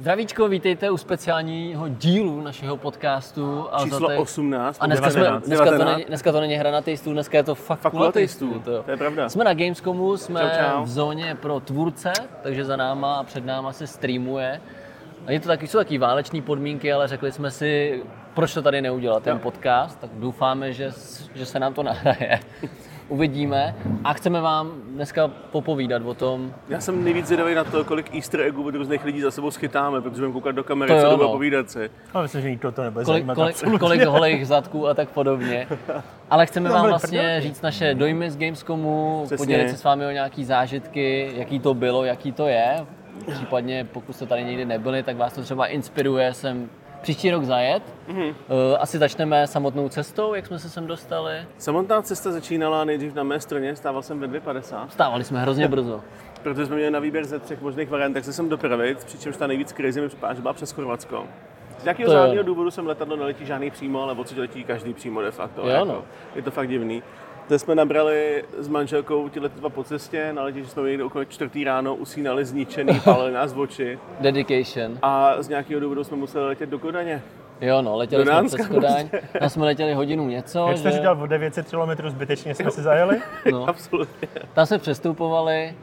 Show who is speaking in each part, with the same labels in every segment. Speaker 1: Zdravíčko, vítejte u speciálního dílu našeho podcastu. A
Speaker 2: Číslo 18,
Speaker 1: A dneska, jsme,
Speaker 2: 19,
Speaker 1: dneska, to
Speaker 2: 19.
Speaker 1: není, dneska to není hra na tejstů, dneska je to fakt,
Speaker 2: Fakt kulatejstů,
Speaker 1: kulatejstů, jo.
Speaker 2: to je pravda.
Speaker 1: Jsme na Gamescomu, jsme
Speaker 2: Čau, čau.
Speaker 1: v zóně pro tvůrce, takže za náma a před náma se streamuje. A je to taky, jsou taky váleční podmínky, ale řekli jsme si, proč to tady neudělat, ten
Speaker 2: Jo.
Speaker 1: podcast, tak doufáme, že, s- že se nám to nahraje. Uvidíme a chceme vám dneska popovídat o tom,
Speaker 2: Já jsem nejvíc zvědavý na to, kolik easter eggů od různých lidí za sebou schytáme, protože budeme koukat do kamery,
Speaker 1: To
Speaker 2: co
Speaker 1: jo,
Speaker 2: to bude
Speaker 1: no.
Speaker 2: povídat si.
Speaker 3: Ale myslím, že nikdo to nebude
Speaker 1: kolik,
Speaker 3: zajímat.
Speaker 1: kolik,
Speaker 3: absolutně.
Speaker 1: kolik holých zadků a tak podobně. Ale chceme vám
Speaker 3: byli
Speaker 1: vlastně
Speaker 3: prdelky.
Speaker 1: říct naše dojmy z Gamescomu,
Speaker 2: Přesně.
Speaker 1: podělit se s vámi o nějaký zážitky, jaký to bylo, jaký to je. Případně pokud jste tady nikdy nebyli, tak vás to třeba inspiruje sem příští rok zajet.
Speaker 3: Mhm.
Speaker 1: Mm-hmm. Asi začneme samotnou cestou, jak jsme se sem dostali.
Speaker 2: Samotná cesta začínala nejdřív na mé straně, stával jsem ve 2.50,
Speaker 1: Stávali jsme hrozně brzo.
Speaker 2: protože jsme měli na výběr ze třech možných variant, tak se jsem dopravit, přičemž ta nejvíc krizi mi připadá, že byla přes Chorvatsko. Z nějakého
Speaker 1: To jo.
Speaker 2: záhadného důvodu sem letadlo neletí žádný přímo, ale odsud letí každý přímo de facto. jako
Speaker 1: Jo, no.
Speaker 2: Je to fakt divný. Zde jsme nabrali s manželkou tyhle dva po cestě, na letišti jsme byli někde okolo čtvrtý ráno, usínali zničený, pálili nás v oči
Speaker 1: Dedication.
Speaker 2: a z nějakého důvodu jsme museli letět do Kodaně.
Speaker 1: Jo no, letěli
Speaker 2: Do
Speaker 1: jsme
Speaker 2: Dánska
Speaker 1: přes Kodaň, tam jsme letěli hodinu něco,
Speaker 3: prostě. Jak jste
Speaker 1: že?
Speaker 3: říkal, o 900 km zbytečně jsme si zajeli
Speaker 1: No.
Speaker 2: Absolutně.
Speaker 1: Tam jsme přestupovali,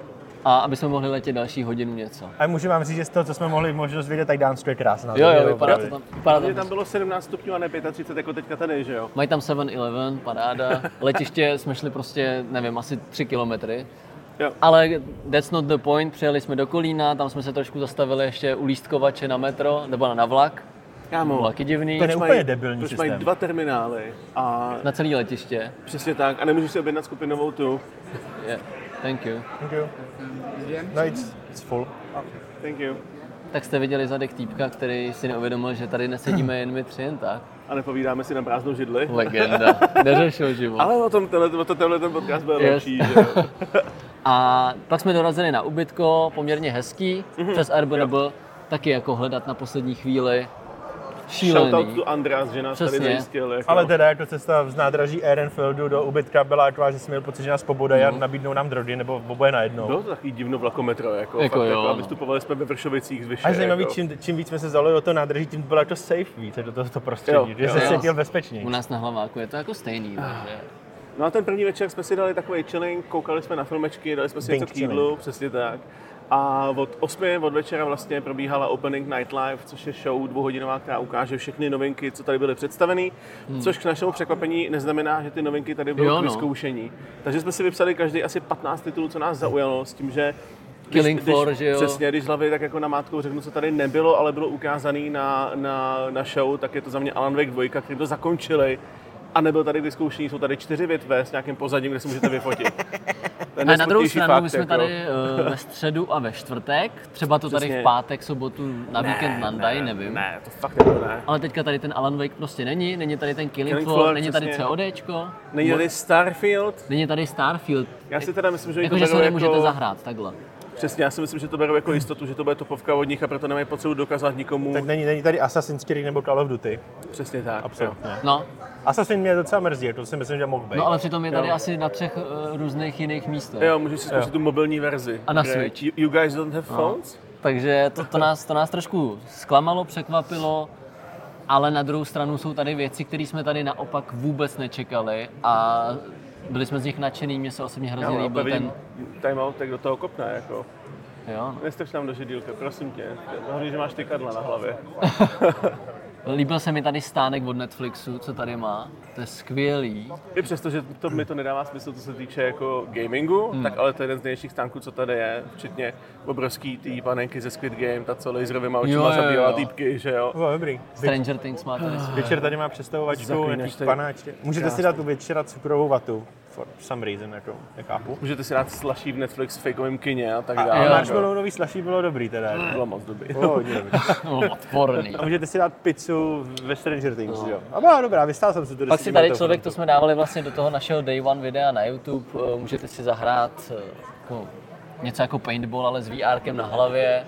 Speaker 1: a aby jsme mohli letět další hodinu něco.
Speaker 3: a můžu vám říct, že z toho, co jsme mohli možnost vidět, tak Dánsko je krásná.
Speaker 1: Jo,
Speaker 3: země,
Speaker 1: jo, vypadá to
Speaker 3: opravdu.
Speaker 1: tam, vypadá to
Speaker 2: Mě
Speaker 1: tam
Speaker 2: tam bylo 17 stupňů a ne 35, jako teďka tady, že jo?
Speaker 1: Mají tam 7-Eleven, paráda. Letiště jsme šli prostě, nevím, asi 3 kilometry.
Speaker 2: Jo.
Speaker 1: Ale that's not the point, přijeli jsme do Kolína, tam jsme se trošku zastavili ještě u lístkovače na metro, nebo na, na vlak.
Speaker 2: Kámo,
Speaker 1: Vlaky divný.
Speaker 3: To je
Speaker 2: proč
Speaker 3: úplně
Speaker 2: mají-
Speaker 3: debilní
Speaker 2: proč
Speaker 3: systém.
Speaker 2: mají dva terminály a
Speaker 1: Na celý letiště.
Speaker 2: přesně tak, a nemůžeš si objednat skupinovou tu.
Speaker 1: Yeah. Thank you.
Speaker 3: Thank you. No, it's, it's full.
Speaker 2: Thank you.
Speaker 1: Tak jste viděli zadek týpka, který si neuvědomil, že tady nesedíme jen my tři jen tak.
Speaker 2: A nepovídáme si na prázdnou židli.
Speaker 1: Legenda. Neřešil život.
Speaker 2: Ale o tom tenhle, o to- tenhle ten podcast byl
Speaker 1: Yes.
Speaker 2: lepší, že jo?
Speaker 1: A pak jsme dorazili na ubytko, poměrně hezký,
Speaker 2: Mhm.
Speaker 1: přes Airbnb, taky jako hledat na poslední chvíli.
Speaker 2: Shoutout
Speaker 1: Šílený.
Speaker 2: to András, že nás
Speaker 1: Přesně.
Speaker 2: tady zajistil. Jako.
Speaker 3: Ale teda jako cesta z nádraží Ehrenfeldu do ubytka byla taková, že jsme měli pocit, že nás pobodají
Speaker 1: Mhm.
Speaker 3: a nabídnou nám drody nebo oboje najednou.
Speaker 2: Bylo to taky divno vlakometro, jako,
Speaker 1: Jako
Speaker 2: jako, fakt,
Speaker 1: jo,
Speaker 2: jako a
Speaker 1: no.
Speaker 2: vystupovali jsme ve Vršovicích z Vyše,
Speaker 3: A je zajímavý,
Speaker 2: jako.
Speaker 3: čím, čím víc jsme se zalili o to nádraží, tím bylo jako safe víc do tohoto
Speaker 2: Jo,
Speaker 3: prostředí, že
Speaker 2: jo,
Speaker 3: se
Speaker 1: jo.
Speaker 3: cítil bezpečněji.
Speaker 1: U nás na hlaváku je to jako
Speaker 2: Ah,
Speaker 1: stejný, takže...
Speaker 2: No a ten první večer jsme si dali takový chilling, koukali jsme na filmečky, dali jsme si
Speaker 3: Bing
Speaker 2: něco k jídlu, přesně tak. A od 8 od večera vlastně probíhala Opening Night Live, což je show dvouhodinová, která ukáže všechny novinky, co tady byly představeny, což k našemu překvapení neznamená, že ty novinky tady
Speaker 1: Hmm. Jo,
Speaker 2: budou
Speaker 1: no.
Speaker 2: k vyzkoušení. Takže jsme si vypsali každý asi 15 titulů, co nás zaujalo, s tím, že když-
Speaker 1: Killing
Speaker 2: když,
Speaker 1: Floor, že jo?
Speaker 2: Přesně, když z hlavy tak jako na mátkou řeknu, co tady nebylo, ale bylo ukázaný na, na, na show, tak je to za mě Alan Wake 2, který to zakončili. A nebyl tady k vyzkoušení, jsou tady čtyři větve s nějakým pozadím, kde se můžete vyfotit. To je
Speaker 1: A na druhou
Speaker 2: nejsmutnější
Speaker 1: stranu, my
Speaker 2: fakt,
Speaker 1: jsme
Speaker 2: jako.
Speaker 1: tady eh, ve středu a ve čtvrtek, třeba to tady
Speaker 2: Přesně.
Speaker 1: v pátek, sobotu, na víkend nandají, nevím.
Speaker 2: Ne, to fakt jako ne.
Speaker 1: Ale teďka tady ten Alan Wake prostě není, není tady ten Killing
Speaker 2: Killing
Speaker 1: Floor,
Speaker 2: Floor,
Speaker 1: není tady
Speaker 2: přesně.
Speaker 1: CODčko,
Speaker 2: Není tady Starfield.
Speaker 1: není tady Starfield.
Speaker 2: Já si teda myslím, že oni to
Speaker 1: Jakože Jako, se
Speaker 2: berou
Speaker 1: nemůžete
Speaker 2: jako...
Speaker 1: zahrát, takhle.
Speaker 2: Přesně, já si myslím, že to berou jako jistotu, že to bude topovka od nich a proto nemají potřebu dokázat nikomu.
Speaker 3: Tak není, není tady Assassin's Creed nebo Call of Duty.
Speaker 2: Přesně tak.
Speaker 3: Absolutně.
Speaker 1: No,
Speaker 3: Assassin mě docela mrzí, to si myslím, že mohl být.
Speaker 1: no ale přitom je tady
Speaker 2: Jo.
Speaker 1: asi na třech eh, různých jiných místech.
Speaker 2: Jo, jo můžeš si zkusit tu mobilní verzi.
Speaker 1: A na
Speaker 2: kde-
Speaker 1: Switch.
Speaker 2: You, you guys don't
Speaker 3: No.
Speaker 2: have phones?
Speaker 1: Takže to, to, nás, to nás trošku zklamalo, překvapilo, ale na druhou stranu jsou tady věci, které jsme tady naopak vůbec nečekali a byli jsme z nich nadšený, mně se osobně hrozně
Speaker 2: Jo,
Speaker 1: líbil
Speaker 2: já
Speaker 1: ten...
Speaker 2: vidím time out, tak do toho kopne, jako.
Speaker 1: Jo, no.
Speaker 2: Nestrč nám do židílka, prosím tě. Hlavně, že máš ty kadla na hlavě.
Speaker 1: no. Líbil se mi tady stánek od Netflixu, co tady má, to je skvělý.
Speaker 2: I přesto, že to mi to nedává smysl, co se týče jako gamingu, hmm. tak ale to je jeden z nejlepších stánků, co tady je, včetně obrovský tý panenky ze Squid Game, ta co laserovýma
Speaker 1: Jo,
Speaker 2: očima
Speaker 1: jo,
Speaker 2: zabývá
Speaker 1: jo.
Speaker 2: týpky, že jo.
Speaker 3: Bylo dobrý.
Speaker 1: Stranger Things má tady skvělý.
Speaker 3: Večer tady má přestavovačku,
Speaker 2: Zaklínač
Speaker 3: jakých
Speaker 2: tady.
Speaker 3: panáček. Můžete si dát u večera cukrovou vatu. For some reason, jako, nechápu.
Speaker 2: Můžete si dát slaší v Netflix v fakeovém kině a tak
Speaker 1: jo.
Speaker 2: dále.
Speaker 3: Ale
Speaker 2: jako.
Speaker 3: marshmallowový slaší bylo dobrý teda. jako.
Speaker 2: Bylo moc dobrý.
Speaker 3: Bylo hodně dobrý.
Speaker 1: No, odporný.
Speaker 3: A můžete si dát pizzu ve Stranger Things, jo. A byla dobrá, vystál jsem si to.
Speaker 1: Pak si tady člověk, to jsme dávali vlastně do toho našeho day one videa na YouTube, eh, můžete si zahrát eh, jako, něco jako paintball, ale s VR na hlavě.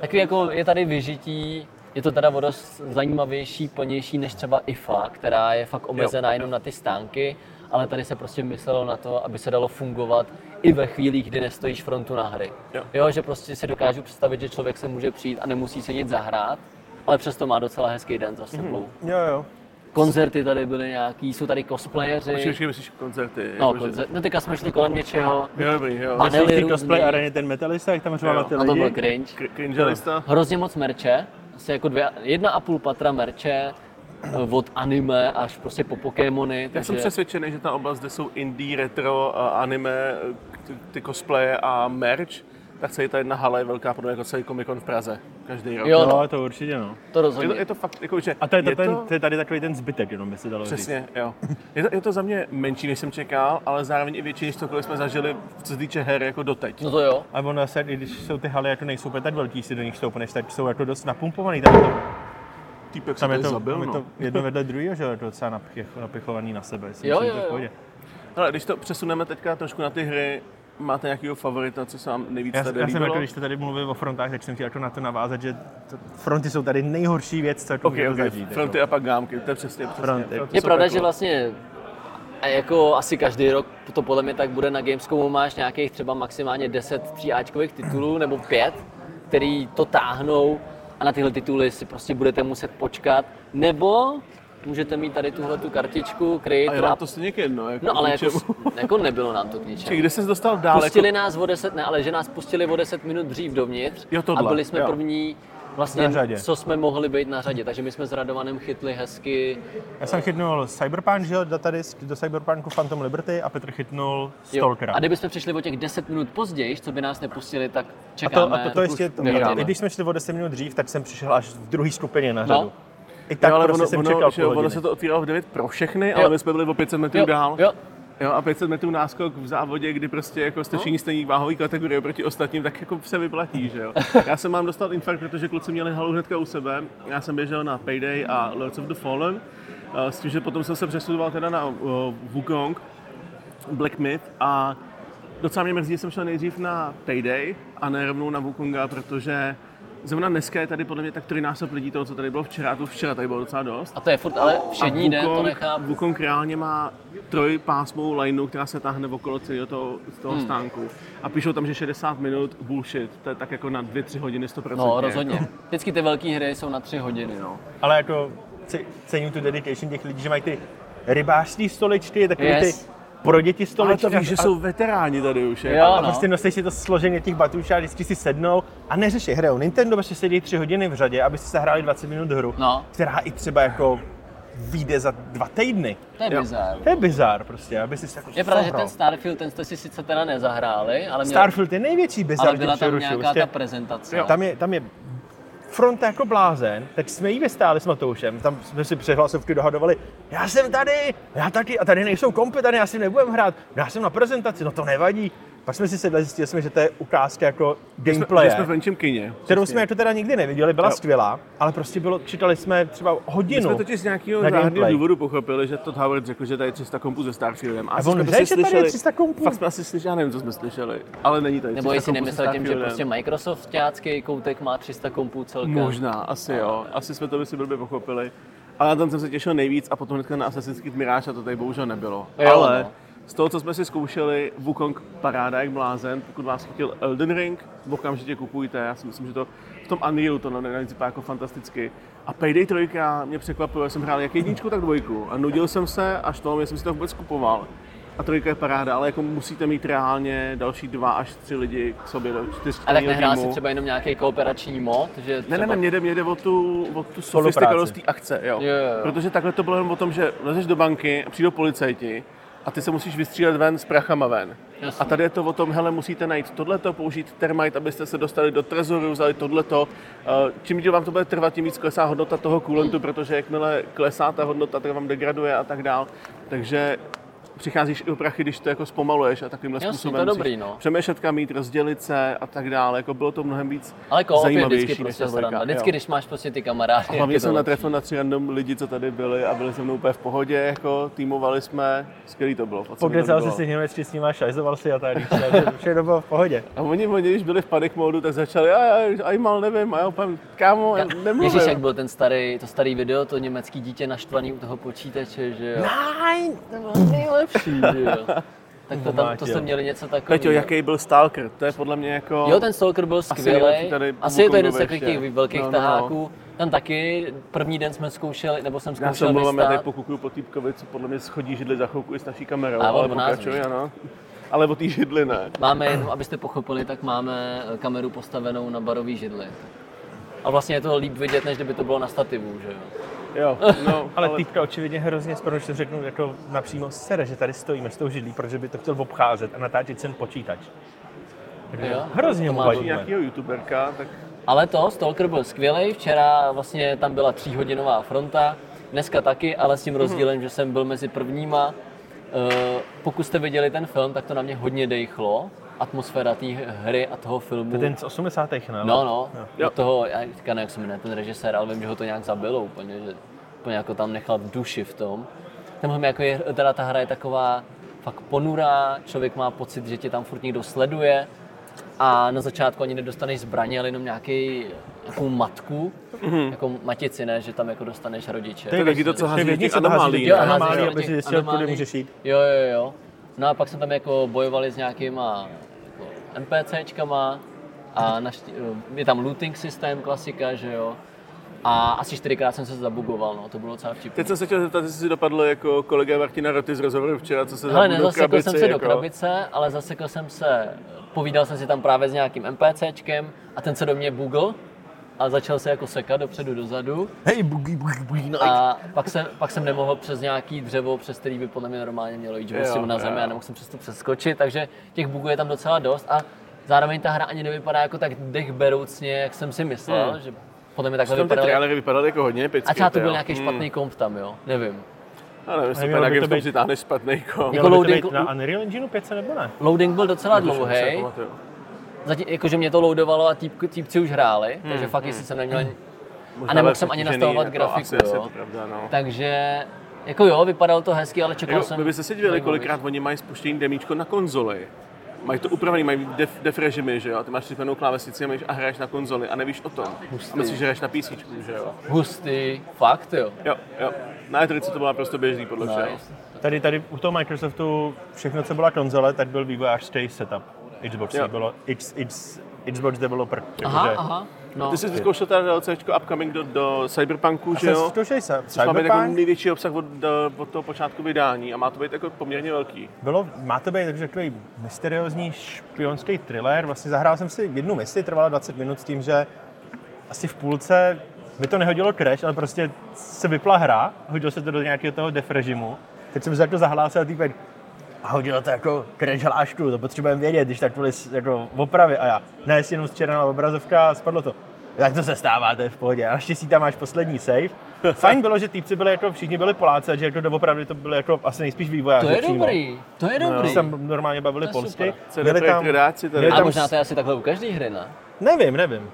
Speaker 1: Takový jako je tady vyžití je to teda o dost zajímavější, plnější než třeba IFA, která je fakt omezená jenom na ty stánky, ale tady se prostě myslelo na to, aby se dalo fungovat i ve chvíli, kdy nestojíš frontu na hry.
Speaker 2: Jo.
Speaker 1: jo, že prostě si dokážu představit, že člověk se může přijít a nemusí se nic zahrát, ale přesto má docela hezký den za sebou. Mm-hmm.
Speaker 3: Jo, jo.
Speaker 1: Koncerty tady byly nějaký, jsou tady cosplayeři.
Speaker 2: Počkej, počkej, myslíš koncerty.
Speaker 1: No,
Speaker 2: jakože-
Speaker 1: koncert. no teďka jsme šli kolem něčeho.
Speaker 2: jako, Jo, dobrý, jo.
Speaker 1: Pane-
Speaker 3: Myslíš ty
Speaker 1: různý.
Speaker 3: cosplay areny, ten metalista, jak tam řval
Speaker 2: Jo.
Speaker 3: na ty
Speaker 1: A to byl
Speaker 3: lidi?
Speaker 1: cringe.
Speaker 2: Kr- Cringelista.
Speaker 1: Hrozně moc merče, asi jako dvě, jedna a půl patra merče, eh, od anime až prostě po Pokémony.
Speaker 2: Já jsem přesvědčený, že ta oblast, kde jsou indie, retro, a anime, ty, ty cosplaye a merch, tak celý ta jedna hala je velká, podobně jako celý Comic Con v Praze. Každý rok.
Speaker 1: Jo, no,
Speaker 3: No, to určitě, no.
Speaker 1: to
Speaker 2: Je to, je
Speaker 1: rozhodně.
Speaker 2: to fakt, jako, že
Speaker 3: A to je, to,
Speaker 2: je
Speaker 3: ten, to je tady takový ten zbytek, jenom by se dalo říct.
Speaker 2: Přesně, jo. Je to, je to za mě menší, než jsem čekal, ale zároveň i větší, než cokoliv jsme zažili, co se týče her, jako doteď.
Speaker 1: No to jo.
Speaker 3: A ono se, i když jsou ty haly jako nejsou úplně tak velký, si do nich stoupneš, tak jsou jako dost napumpovaný. Tam je to,
Speaker 2: Týpek se
Speaker 3: tam je
Speaker 2: tady
Speaker 3: to,
Speaker 2: zabil,
Speaker 3: tam je
Speaker 2: no.
Speaker 3: to jedno vedle druhého, že jo, je to docela napich, napichovaný na sebe. jestli
Speaker 1: Jo,
Speaker 3: myslím,
Speaker 1: jo,
Speaker 3: že to je v
Speaker 1: jo.
Speaker 3: pohodě.
Speaker 2: Ale když to přesuneme teďka trošku na ty hry, máte nějakého favorita, co se vám nejvíc
Speaker 3: Já,
Speaker 2: tady
Speaker 3: já jsem
Speaker 2: líbilo?
Speaker 3: jako, když jste tady mluvil o frontách, tak jsem chtěl jako na to navázat, že t- fronty jsou tady nejhorší věc, co jako
Speaker 2: Ok,
Speaker 3: můžete
Speaker 2: ok,
Speaker 3: zažít. jako.
Speaker 2: fronty a pak gámky, to je přesně, přesně.
Speaker 3: Fronty.
Speaker 2: Fronty
Speaker 1: Je
Speaker 2: jsou
Speaker 1: pravda,
Speaker 2: peklo.
Speaker 1: že vlastně a jako asi každý rok to podle mě tak bude na Gamescomu, máš nějakých třeba maximálně 10 3Ačkových titulů nebo 5, který to táhnou a na tyhle tituly si prostě budete muset počkat, nebo můžete mít tady tuhle tu kartičku,
Speaker 2: A
Speaker 1: creator
Speaker 2: je vám
Speaker 1: a
Speaker 2: to stejně jedno, jako
Speaker 1: No ale jako,
Speaker 2: ničemu.
Speaker 1: jako nebylo nám to k
Speaker 2: Čekaj,
Speaker 1: ničemu.
Speaker 2: kde jsi dostal dál? Jako-
Speaker 1: Pustili nás o 10, Prostě ne, ale že nás pustili o 10 minut dřív dovnitř
Speaker 2: Jo, tohle,
Speaker 1: a byli jsme
Speaker 2: jo.
Speaker 1: první vlastně,
Speaker 3: Na řadě.
Speaker 1: co jsme mohli být na řadě. Takže my jsme s Radovanem chytli hezky
Speaker 3: Já jsem chytnul Cyberpunk, že jo, datadisk do Cyberpunku Phantom Liberty a Petr chytnul
Speaker 1: Jo.
Speaker 3: Stalkera.
Speaker 1: A kdybychom přišli o těch 10 minut později, co by nás nepustili, tak
Speaker 3: A to,
Speaker 1: čekáme.
Speaker 3: a to, to ještě, to,
Speaker 1: Nedáme.
Speaker 3: i když jsme šli o 10 minut dřív, tak jsem přišel až v druhé skupině na
Speaker 1: No.
Speaker 3: řadu. I tak
Speaker 2: jo, ale
Speaker 3: prostě
Speaker 2: ono,
Speaker 3: jsem
Speaker 2: ono,
Speaker 3: čekal
Speaker 2: že
Speaker 3: půl
Speaker 2: jo, ono
Speaker 3: hodiny.
Speaker 2: se to otvíralo v 9 pro všechny, ale my jsme byli o 500 metrů
Speaker 1: jo,
Speaker 2: dál.
Speaker 1: Jo,
Speaker 2: Jo, a 500 metrů náskok v závodě, kdy prostě jako jste všichni stejný váhový kategorie proti ostatním, tak jako se vyplatí, že jo. Já jsem mám dostal infarkt, protože kluci měli halu hnedka u sebe. Já jsem běžel na Payday a Lords of the Fallen, eh, s tím, že potom jsem se přesudoval teda na uh, Wukong, Black Myth a docela mě mrzí, že jsem šel nejdřív na Payday a ne rovnou na Wukonga, protože zrovna dneska je tady podle mě tak trojnásob lidí toho, co tady bylo včera, a to včera tady bylo docela dost.
Speaker 1: a to je furt, ale všední den to
Speaker 2: Wukong-
Speaker 1: nechápu.
Speaker 2: Wukong reálně má trojpásmovou lineu, která se táhne okolo celého toho, z toho hmm. stánku. A píšou tam, že 60 minut bullshit. To je tak jako na 2-3 hodiny 100%.
Speaker 1: No, rozhodně. Vždycky ty velké hry jsou na 3 hodiny, no.
Speaker 3: Ale jako ce- cením tu dedication těch lidí, že mají ty rybářské stoličky, takový
Speaker 1: Yes.
Speaker 3: ty pro děti
Speaker 2: Ale
Speaker 3: stoličky.
Speaker 2: to víš, že
Speaker 3: a-
Speaker 2: jsou veteráni tady už. Je.
Speaker 1: Jo,
Speaker 3: a
Speaker 1: no.
Speaker 3: prostě nosíš si to složeně těch batůšů a vždycky si sednou a neřeší hrajou Nintendo, protože sedí tři hodiny v řadě, aby si zahráli 20 minut hru,
Speaker 1: No.
Speaker 3: která i třeba jako vyjde za dva týdny.
Speaker 1: To je
Speaker 2: Jo.
Speaker 1: bizár.
Speaker 3: To je bizár prostě, aby si se jako
Speaker 1: Je pravda, že
Speaker 3: zahrál.
Speaker 1: ten Starfield, ten jste si sice teda nezahráli, ale, měl,
Speaker 3: Starfield je největší bizár
Speaker 1: ale
Speaker 3: těch
Speaker 1: byla tam
Speaker 3: přerušů,
Speaker 1: nějaká
Speaker 3: prostě.
Speaker 1: ta prezentace. no.
Speaker 3: Tam je, tam je fronta jako blázen, tak jsme jí vystáli s Matoušem, tam jsme si přihlasovky dohadovali, já jsem tady, já taky, a tady nejsou kompy, tady asi nebudem hrát, já jsem na prezentaci, no to nevadí. Pak jsme si sedli, zjistili jsme, že to je ukázka jako
Speaker 2: Jsme,
Speaker 3: gameplaye,
Speaker 2: že jsme v menším kině.
Speaker 3: kterou
Speaker 2: Přesně.
Speaker 3: jsme jako teda nikdy neviděli, byla
Speaker 2: Jo.
Speaker 3: skvělá, ale prostě bylo, čekali jsme třeba
Speaker 2: My
Speaker 3: hodinu.
Speaker 2: jsme totiž z nějakého
Speaker 3: na
Speaker 2: záhadného
Speaker 3: gameplay.
Speaker 2: důvodu pochopili, že Todd Howard řekl, že tady je 300 kompů se Starfieldem.
Speaker 3: A
Speaker 2: asi
Speaker 3: on
Speaker 2: jsme to
Speaker 3: řekl,
Speaker 2: si
Speaker 3: že tady je
Speaker 2: slyšeli.
Speaker 3: 300 kompů.
Speaker 2: Fakt jsme asi slyšeli, já nevím, co jsme slyšeli, ale není tady
Speaker 1: Nebo
Speaker 2: 300
Speaker 1: jestli
Speaker 2: kompů se
Speaker 1: nemyslel tím, že
Speaker 2: Starfieldem.
Speaker 1: prostě Microsoftácký koutek má 300 kompů celkem.
Speaker 2: Možná, asi jo. Asi jsme to by si blbě pochopili. Ale na tom jsem se těšil nejvíc a potom hnedka na Assassin's Creed Mirage a to tady bohužel nebylo.
Speaker 1: Jo,
Speaker 2: Ale
Speaker 1: no.
Speaker 2: z toho, co jsme si zkoušeli, Wukong paráda jak blázen, pokud vás chytil Elden Ring, okamžitě kupujte, já si myslím, že to v tom Unrealu to na- navíc vypadá jako fantasticky. A Payday 3 mě překvapilo, já jsem hrál jak jedničku, tak dvojku a nudil jsem se až to, jsem si to vůbec kupoval. A trojka je paráda, ale jako musíte mít reálně další dva až tři lidi k sobě do čtyř
Speaker 1: A tak
Speaker 2: členního
Speaker 1: nehrál si
Speaker 2: týmu.
Speaker 1: třeba jenom nějaký kooperační mod, že
Speaker 2: Ne, ne,
Speaker 1: třeba-
Speaker 2: ne, mě jde, mě jde o tu, o tu sofistikovanost té akce, jo.
Speaker 1: Jo, jo, jo.
Speaker 2: Protože takhle to bylo jenom o tom, že lezeš do banky, přijdou policajti a ty se musíš vystřílet ven s prachama ven.
Speaker 1: Jasně.
Speaker 2: A tady je to o tom, hele, musíte najít tohleto, použít termite, abyste se dostali do trezoru, vzali tohleto. Eh, Čím díl vám to bude trvat, tím víc klesá hodnota toho kulentu, protože jakmile klesá ta hodnota, tak vám degraduje a tak dál. Takže přicházíš i o prachy, když to jako zpomaluješ a takovýmhle
Speaker 1: Jasně, to je
Speaker 2: způsobem musíš
Speaker 1: dobrý, no.
Speaker 2: přemýšlet kam jít, rozdělit se a tak dále. Jako bylo to mnohem víc
Speaker 1: Ale koop je
Speaker 2: zajímavější
Speaker 1: vždycky
Speaker 2: než ta
Speaker 1: prostě
Speaker 2: dvojka,
Speaker 1: sranda. Vždycky,
Speaker 2: jo.
Speaker 1: když máš prostě ty kamarády. jak
Speaker 2: A
Speaker 1: je
Speaker 2: hlavně
Speaker 1: to
Speaker 2: jsem
Speaker 1: lepší.
Speaker 2: natrefil na tři random lidi, co tady byli a byli se mnou úplně v pohodě, jako týmovali jsme, skvělý to bylo. fakt se mi to
Speaker 3: Pokecal si
Speaker 2: líbilo.
Speaker 3: si Němečky s nima, šajzoval si a tady vše- všechno bylo v pohodě.
Speaker 2: A oni, oni, když byli v panic módu, tak začali, a já, a mal nevím, a já opět, kámo, já nemluvím.
Speaker 1: Ježíš, jak byl ten starý, to starý video, to německý dítě naštvaný u toho počítače, že jo.
Speaker 3: Nein!
Speaker 1: Nejlepší, že jo. Tak to tam, to
Speaker 3: Mátě.
Speaker 1: jste měli něco
Speaker 2: Peťo,
Speaker 1: takového.
Speaker 2: jaký byl stalker, to je podle mě jako...
Speaker 1: Jo, ten Stalker byl
Speaker 2: nejlepší
Speaker 1: skvělý.
Speaker 2: tady
Speaker 1: Asi je to jeden z
Speaker 2: Bukongovi
Speaker 1: takových
Speaker 2: ještě.
Speaker 1: těch velkých
Speaker 2: No, no, no.
Speaker 1: taháků. Tam taky první den jsme zkoušeli, nebo jsem
Speaker 2: Já se
Speaker 1: zkoušel
Speaker 2: omlouvám, já tady
Speaker 1: vystát.
Speaker 2: pokukuju po týpkovi, co podle mě schodí židli za chvilku i s naší kamerou,
Speaker 1: A on
Speaker 2: ale
Speaker 1: po nás
Speaker 2: pokračuj,
Speaker 1: víš.
Speaker 2: ano. Ale o té židli ne.
Speaker 1: Máme jednu, abyste pochopili, tak máme eh, kameru postavenou na barový židli. A vlastně je to líp vidět, než kdyby to bylo na stativu, že jo.
Speaker 2: Jo, no,
Speaker 3: Ale týpka očividně hrozně skoro, když to řeknu jako napřímo sere, že tady stojíme s tou židlí, protože by to chtěl obcházet a natáčet sem počítač. Takže
Speaker 1: Jo,
Speaker 3: hrozně
Speaker 1: to
Speaker 3: mu
Speaker 1: má
Speaker 3: vadíme.
Speaker 2: nějakýho youtuberka, tak
Speaker 1: Ale to, Stalker byl skvělý. Včera vlastně tam byla tříhodinová fronta, dneska taky, ale s tím
Speaker 3: Mhm.
Speaker 1: rozdílem, že jsem byl mezi prvníma. Eh, Pokud jste viděli ten film, tak to na mě hodně dejchlo. Atmosféra té hry a toho filmu.
Speaker 3: To je ten z 80. ne?
Speaker 1: No, no,
Speaker 2: Jo.
Speaker 1: do toho, já říkám, jak se jmenuje ten režisér, ale vím, že ho to nějak zabilo úplně, že úplně jako tam nechal v duši v tom. Tenhle jako je, teda ta hra je taková fakt ponurá, člověk má pocit, že tě tam furt někdo sleduje a na začátku ani nedostaneš zbraně, ale jenom nějaký, nějakou matku, jako matici, ne, že tam jako dostaneš rodiče.
Speaker 3: To
Speaker 2: je taky to, co hází těch anomálií,
Speaker 1: Jo,
Speaker 2: ne?
Speaker 1: házíš
Speaker 3: anomálí,
Speaker 1: do
Speaker 3: aby
Speaker 1: těch
Speaker 3: si zjistil, kudy
Speaker 1: anomálí.
Speaker 3: můžeš jít.
Speaker 1: Jo, jo, jo. No a pak jsme tam jako bojovali s nějakýma jako NPCčkama a naští, je tam looting systém, klasika, že jo. A asi čtyřikrát jsem se zabugoval, no, to bylo docela vtipné.
Speaker 2: teď jsem se chtěl zeptat, jestli si dopadl jako kolega Martina Roty z rozhovoru včera, co se
Speaker 1: Hele,
Speaker 2: zabudl v
Speaker 1: nezasekl jsem
Speaker 2: krabici,
Speaker 1: se do
Speaker 2: jako.
Speaker 1: krabice, ale zasekl jsem se, povídal jsem si tam právě s nějakým NPCčkem a ten se do mě bugl a začal se jako sekat dopředu, dozadu.
Speaker 3: Hej, bugi, bugi, bugi, no.
Speaker 1: A pak jsem, pak jsem nemohl přes nějaký dřevo, přes který by podle mě normálně mělo jít, že byl
Speaker 2: Jo,
Speaker 1: jsem na
Speaker 2: jo.
Speaker 1: zemi a nemohl jsem přes to přeskočit, takže těch bugů je tam docela dost a zároveň ta hra ani nevypadá jako tak dechberoucně, jak jsem si myslel, že podle mě takhle
Speaker 2: Hmm. Tam ty
Speaker 1: vypadaly.
Speaker 2: trailery vypadaly jako hodně
Speaker 1: A
Speaker 2: epicky.
Speaker 1: třeba to
Speaker 2: jo. Hm.
Speaker 1: byl nějaký
Speaker 2: Hmm.
Speaker 1: špatný komp tam, jo, nevím.
Speaker 2: Já nevím, jestli
Speaker 3: Ale
Speaker 2: úplně
Speaker 3: mělo
Speaker 2: na
Speaker 3: by to
Speaker 2: Gamescom
Speaker 3: být-
Speaker 2: si táhneš špatný kom.
Speaker 1: Jako
Speaker 3: Mělo by to
Speaker 1: loading-
Speaker 3: být na Unreal Engineu 5 nebo ne?
Speaker 1: Loading byl docela
Speaker 2: Už jsem se
Speaker 1: dlouhý,
Speaker 2: nepamatuju.
Speaker 1: zatím, jakože mě to loadovalo a týpk, týpci už hráli,
Speaker 2: Hmm,
Speaker 1: takže fakt, jestli jsem neměl
Speaker 2: Možná
Speaker 1: a nemohl
Speaker 2: byl
Speaker 1: jsem ani
Speaker 2: přetížený,
Speaker 1: nastavovat
Speaker 2: jako
Speaker 1: grafiku,
Speaker 2: Asi, asi je to
Speaker 1: jo.
Speaker 2: pravda, no.
Speaker 1: Takže, jako jo, vypadalo to hezky, ale čekal
Speaker 2: Jako,
Speaker 1: jsem...
Speaker 2: vy byste se divili,
Speaker 1: zajímavý.
Speaker 2: kolikrát oni mají spuštěný demíčko na konzoli. Mají to upravený, mají def, def režimy, že jo? A Ty máš připravenou klávesnici a, máš, a hraješ na konzoli a nevíš o tom. A myslíš, že hraješ na PC, že jo?
Speaker 1: Hustý, fakt jo.
Speaker 2: Jo, jo. Na E3 to bylo prostě běžný podle všeho.
Speaker 1: Nice.
Speaker 3: Tady, tady u toho Microsoftu všechno, co byla konzole, tak byl vývojářský setup. Xbox
Speaker 2: Jo.
Speaker 3: bylo X, X, Xbox developer.
Speaker 1: Aha,
Speaker 3: jakože-
Speaker 1: aha, no.
Speaker 2: Ty jsi zkoušel teda DLCčko Upcoming do, do Cyberpunku, že jo?
Speaker 3: Zkoušej se.
Speaker 2: Což má být jako
Speaker 3: Cyberpunk
Speaker 2: největší obsah od, do- od toho počátku vydání a má to být jako poměrně velký.
Speaker 3: bylo, má to být takže takový mysteriózní špionský thriller. Vlastně zahrál jsem si jednu misi, trvala 20 minut s tím, že asi v půlce mi to nehodilo crash, ale prostě se vypla hra, hodilo se to do nějakého toho def režimu. Teď jsem se jako zahlásil a týpek, a hodilo to jako crash hlášku, to potřebujeme vědět, když tak byly jako opravy a já, ne, jestli jenom zčerná obrazovka a spadlo to. Tak to se stává, to je v pohodě. A naštěstí tam máš poslední save. Fajn bylo, že týpci byli jako, všichni byli Poláci, a že jako doopravdy to byly jako asi nejspíš vývojáři.
Speaker 1: To je
Speaker 3: přímo.
Speaker 1: dobrý, to je
Speaker 2: No,
Speaker 1: dobrý.
Speaker 3: Že tam normálně bavili
Speaker 1: To je
Speaker 3: polsky.
Speaker 1: super.
Speaker 2: CD Projekt Redáci tady.
Speaker 3: měli
Speaker 1: A
Speaker 3: tam
Speaker 1: možná to je asi takhle u každé hry, ne?
Speaker 3: Nevím, nevím.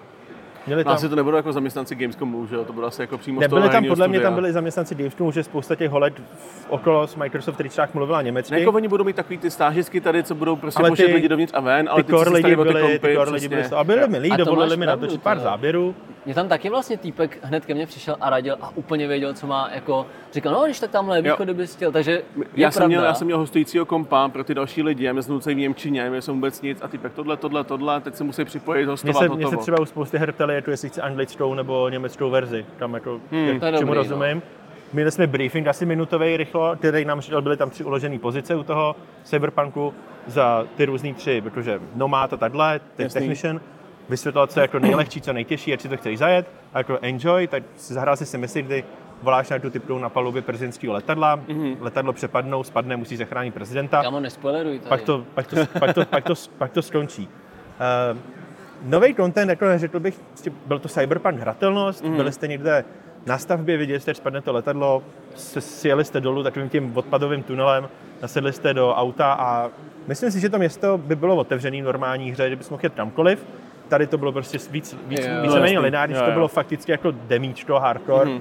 Speaker 3: Měli
Speaker 2: No,
Speaker 3: tam,
Speaker 2: asi to nebudou jako zaměstnanci Gamescomu, že jo? To bude asi jako přímo z toho
Speaker 3: nebyli tam,
Speaker 2: herního
Speaker 3: podle mě
Speaker 2: studia.
Speaker 3: tam byli zaměstnanci Gamescomu, že spousta těch holek v- okolo z Microsoft, který třeba mluvila německy.
Speaker 2: Ne, jako oni budou mít takový ty stážisky tady, co budou prostě
Speaker 3: Ale
Speaker 2: ale
Speaker 3: ty-
Speaker 2: pošet lidi dovnitř a ven, ale
Speaker 3: ty
Speaker 2: ty, co
Speaker 3: core
Speaker 2: se
Speaker 3: lidi
Speaker 2: starají o ty
Speaker 3: byli,
Speaker 2: kompy,
Speaker 3: ty core lidi
Speaker 2: přesně.
Speaker 3: byli, a byli milí,
Speaker 1: A to
Speaker 3: dovolili
Speaker 1: máš
Speaker 3: mi
Speaker 1: pravdu,
Speaker 3: natočit
Speaker 1: to
Speaker 3: pár
Speaker 1: jo.
Speaker 3: záběrů.
Speaker 1: Mě tam taky vlastně týpek hned ke mně přišel a radil a úplně věděl, co má jako... Říkal, no když tak tamhle východy bys chtěl, takže je
Speaker 2: Já jsem,
Speaker 1: pravda.
Speaker 2: měl, já jsem měl hostujícího kompa pro ty další lidi, já jsem v Němčině, neměl jsem vůbec nic a typek tohle, tohle, tohle, teď se musí připojit,
Speaker 3: Mně
Speaker 2: hostovat,
Speaker 3: se, mně se
Speaker 2: hotovo.
Speaker 3: třeba u spousty her ptali, jako jestli chci anglickou nebo německou verzi, tam jako, jak,
Speaker 1: to je
Speaker 3: čemu
Speaker 1: dobrý, no.
Speaker 3: rozumím. Měli jsme briefing asi minutový rychlo, který nám šel, byly tam tři uložené pozice u toho Cyberpunku za ty různý tři, protože Nomad a takhle, ten
Speaker 2: Jasný.
Speaker 3: Technician, vysvětlil, co je jako nejlehčí, co nejtěžší, jak si to chceš zajet, a jako enjoy, tak si zahrál si si misi, kdy voláš na tu typkou na palubě prezidentského letadla,
Speaker 1: Mhm.
Speaker 3: letadlo přepadnou, spadne, musí zachránit prezidenta
Speaker 1: Kámo, nespoileruj tady.
Speaker 3: pak to, pak to, pak to, pak to, pak to skončí. Eh,
Speaker 2: Mhm.
Speaker 3: Uh, nový content, jako řekl bych, prostě byl to cyberpunk hratelnost, mm. byli jste někde Na stavbě vidět, že spadne to letadlo, se- sjeli jste dolů takovým tím odpadovým tunelem, nasedli jste do auta a myslím si, že to město by bylo otevřené v normální hře, kdybys mohl jet kamkoliv. Tady to bylo prostě víc, víc,
Speaker 1: Jo.
Speaker 3: víceméně
Speaker 2: No, jasný.
Speaker 3: lineární, že
Speaker 2: Jo,
Speaker 3: to
Speaker 2: jo.
Speaker 3: bylo fakticky jako demíčko, hardcore. Mm-hmm.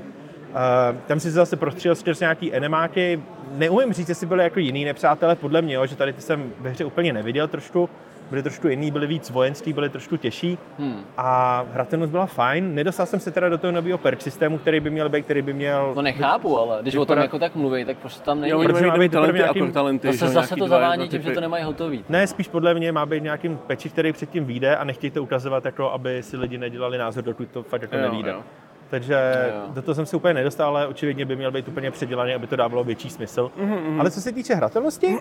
Speaker 3: Uh, tam si zase prostřel skrz nějaký enemáky. Neumím říct, jestli byly jako jiný nepřátelé, podle mě, jo, že tady ty jsem ve hře úplně neviděl trošku. Byly trošku jiný, byly víc vojenský, byly trošku těžší. Hmm. A hratelnost byla fajn. Nedostal jsem se teda do toho nového perk systému, který by měl být, který by měl...
Speaker 1: To nechápu, ale když o tom
Speaker 3: Vypadá-
Speaker 1: jako tak mluví, tak proč to tam není?
Speaker 2: Jo, oni
Speaker 3: Protože
Speaker 2: mají
Speaker 3: máme
Speaker 2: takový
Speaker 3: teprve
Speaker 2: talenty
Speaker 3: nějaký-
Speaker 2: a talenty.
Speaker 1: To
Speaker 2: že
Speaker 1: se
Speaker 2: jo,
Speaker 1: zase
Speaker 2: nějaký
Speaker 1: to
Speaker 2: dva
Speaker 1: zavání tím, že
Speaker 2: jednotypy.
Speaker 1: to nemají hotový.
Speaker 3: Ne, spíš podle mě má být nějakým peči, který předtím vyjde a nechtějí to ukazovat, jako aby si lidi nedělali názor, dokud to fakt jako
Speaker 2: Jo,
Speaker 3: nevíde.
Speaker 2: jo.
Speaker 3: Takže
Speaker 1: Jo.
Speaker 3: do toho jsem se úplně nedostal, ale očividně by měl být úplně předělaný, aby to dávalo větší smysl. Mm-hmm. Ale co se týče hratelnosti,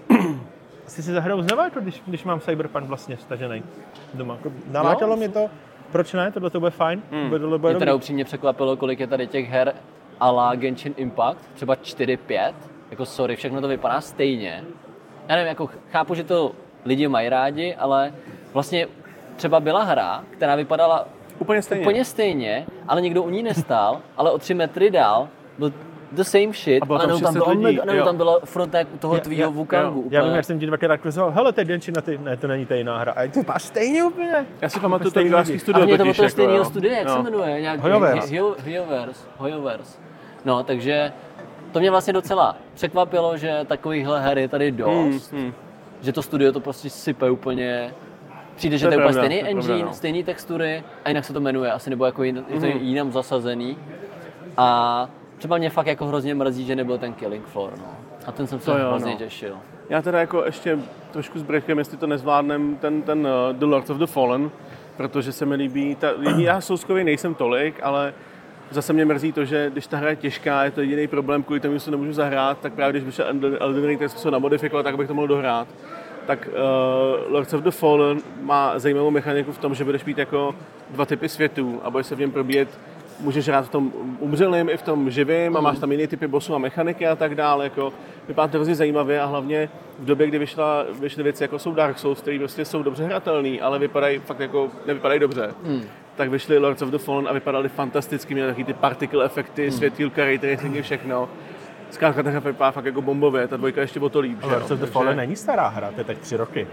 Speaker 3: asi si zahraju znova, jako když, když mám Cyberpunk vlastně stažený doma. Jako Nalákalo
Speaker 1: Jo.
Speaker 3: mě to, proč ne, tohle to bude fajn, mm. bude, tohle bude
Speaker 1: Mě
Speaker 3: dobrý.
Speaker 1: teda upřímně překvapilo, kolik je tady těch her a la Genshin Impact, třeba 4-5, jako sorry, všechno to vypadá stejně. Já nevím, jako chápu, že to lidi mají rádi, ale vlastně třeba byla hra, která vypadala
Speaker 2: Úplně stejně.
Speaker 1: úplně stejně, ale nikdo u ní nestál, ale o 3 metry dál byl the same shit,
Speaker 2: A bylo
Speaker 1: ale
Speaker 2: tam
Speaker 1: jenom tam,
Speaker 2: 600
Speaker 1: bylo,
Speaker 2: lidí,
Speaker 1: omega- nebo
Speaker 2: jo.
Speaker 1: tam byla fronta jak u toho
Speaker 3: Já-
Speaker 1: tvýho
Speaker 3: já-
Speaker 1: Wukangu.
Speaker 3: Já vím,
Speaker 1: úplně.
Speaker 3: jak jsem ti dvakrát kruzoval, hele, to je Genshin a ty, ne, to není ta jiná hra. A je to vypadá stejně úplně.
Speaker 2: Já si pamatuju to
Speaker 3: Stejný
Speaker 2: vývářský
Speaker 3: lidi.
Speaker 1: A
Speaker 2: studio
Speaker 1: mě to
Speaker 2: totiž,
Speaker 1: bylo
Speaker 2: jako,
Speaker 1: stejného
Speaker 2: jo.
Speaker 1: studia, jak
Speaker 2: No.
Speaker 1: se jmenuje? Nějak,
Speaker 3: Hojoverse.
Speaker 1: Hio- Hioverse. Hojoverse. No, takže to mě vlastně docela překvapilo, že takovýchhle her je tady dost.
Speaker 2: Mm, mm.
Speaker 1: Že to studio to prostě sype úplně. Přijde, že
Speaker 2: To
Speaker 1: to
Speaker 2: je
Speaker 1: je úplně
Speaker 2: pravda,
Speaker 1: stejný
Speaker 2: to je pravda,
Speaker 1: engine,
Speaker 2: no. Hmm.
Speaker 1: stejný textury, a jinak se to jmenuje asi, nebo jako jin, je to jinam zasazený. A třeba mě fakt jako hrozně mrzí, že nebyl ten Killing Floor, no. A ten jsem se
Speaker 2: To jo,
Speaker 1: hrozně
Speaker 2: no.
Speaker 1: těšil.
Speaker 2: Já teda jako ještě trošku s breakem, jestli to nezvládnem, ten, ten uh, The Lords of the Fallen, protože se mi líbí, ta, jediný, já souskový nejsem tolik, ale zase mě mrzí to, že když ta hra je těžká, je to jediný problém, kvůli tomu že se nemůžu zahrát, tak právě když vyšel Elden- Elden Ring, tak jsem se ho namodifikoval, tak abych to mohl dohrát. Tak uh, Lords of the Fallen má zajímavou mechaniku v tom, že budeš mít jako dva typy světů a budeš se v něm probíjet můžeš hrát v tom umřelém i v tom živém a máš tam jiné typy bosů a mechaniky a tak dále. Jako, vypadá to hrozně zajímavě a hlavně v době, kdy vyšla, vyšly věci jako jsou Dark Souls, které prostě jsou dobře hratelné, ale vypadají fakt jako, nevypadají dobře.
Speaker 3: Hmm.
Speaker 2: Tak vyšly Lords of the Fallen a vypadaly fantasticky, měly taky ty particle efekty,
Speaker 3: Hmm.
Speaker 2: světílka, ray tracingy, všechno. Zkrátka ta hra vypadá fakt jako bombově, ta dvojka ještě o to líp. že
Speaker 3: Lords
Speaker 2: jo,
Speaker 3: of the
Speaker 2: takže-
Speaker 3: Fallen není stará hra, to je tak tři roky.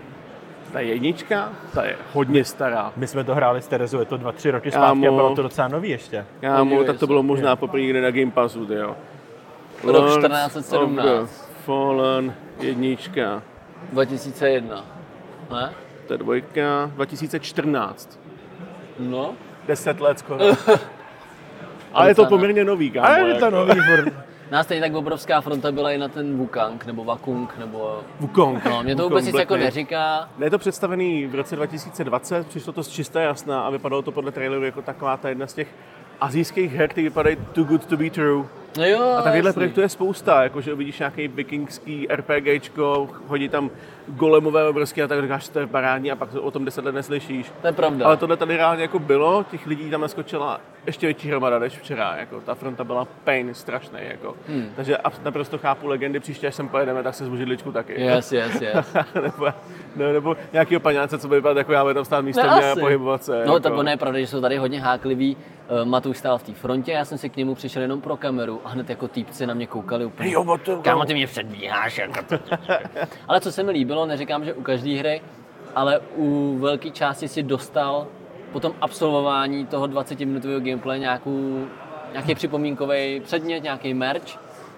Speaker 2: Ta jednička, ta je hodně stará.
Speaker 3: My jsme to hráli s Terezou, je to dva, tři roky zpátky a
Speaker 2: Kámo.
Speaker 3: bylo to docela nový ještě.
Speaker 2: Kámo,
Speaker 1: Podívej
Speaker 2: tak
Speaker 1: se.
Speaker 2: to bylo možná poprvé někde na Game Passu, ty jo.
Speaker 1: Rok
Speaker 2: Lords
Speaker 1: 1417.
Speaker 2: of the Fallen, jednička,
Speaker 1: 2001. Ne?
Speaker 2: to je dvojka, 2014.
Speaker 1: No.
Speaker 2: Deset let skoro. Ale je to poměrně nový, kámo.
Speaker 3: A je to
Speaker 2: jako.
Speaker 3: nový furt.
Speaker 1: Nás stejně tak obrovská fronta byla i na ten Wukong, nebo Wakung, nebo...
Speaker 2: Wukong.
Speaker 1: No, mě to
Speaker 2: Wukong
Speaker 1: vůbec nic
Speaker 2: Black
Speaker 1: jako
Speaker 2: Knight.
Speaker 1: neříká.
Speaker 2: Ne, je to představený v roce 2020, přišlo to z čisté jasná a vypadalo to podle traileru jako taková ta jedna z těch azijských her, které vypadají too good to be true.
Speaker 1: No jo,
Speaker 2: A takovýchhle
Speaker 1: jasný.
Speaker 2: projektů je spousta, jakože uvidíš nějaký vikingský RPGčko, chodí tam golemové obrovské a tak říkáš, to je parádní a pak o tom deset let neslyšíš.
Speaker 1: To je pravda.
Speaker 2: Ale tohle tady reálně jako bylo, těch lidí tam naskočila ještě větší hromada než včera, jako ta fronta byla pain strašný, jako. Hmm. Takže ab- naprosto chápu legendy, příště až sem pojedeme, tak se zboží ličku taky.
Speaker 1: Yes, yes, No, yes.
Speaker 2: nebo, ne, nebo nějakýho paňáce, co by vypadal, jako já budu tam stát místo
Speaker 1: No
Speaker 2: mě a
Speaker 1: asi.
Speaker 2: pohybovat se.
Speaker 1: No,
Speaker 2: jako.
Speaker 1: to je pravda, že jsou tady hodně hákliví. Eh, Matouš stál v té frontě, já jsem si k němu přišel jenom pro kameru a hned jako týpci na mě koukali úplně.
Speaker 2: Jo, bo to,
Speaker 1: Kámo, ty mě předbíháš. Jako to. ale co se mi líbilo, neříkám, že u každé hry, ale u velké části si dostal po tom absolvování toho 20-minutového gameplay nějakou, nějaký připomínkový předmět, nějaký merch.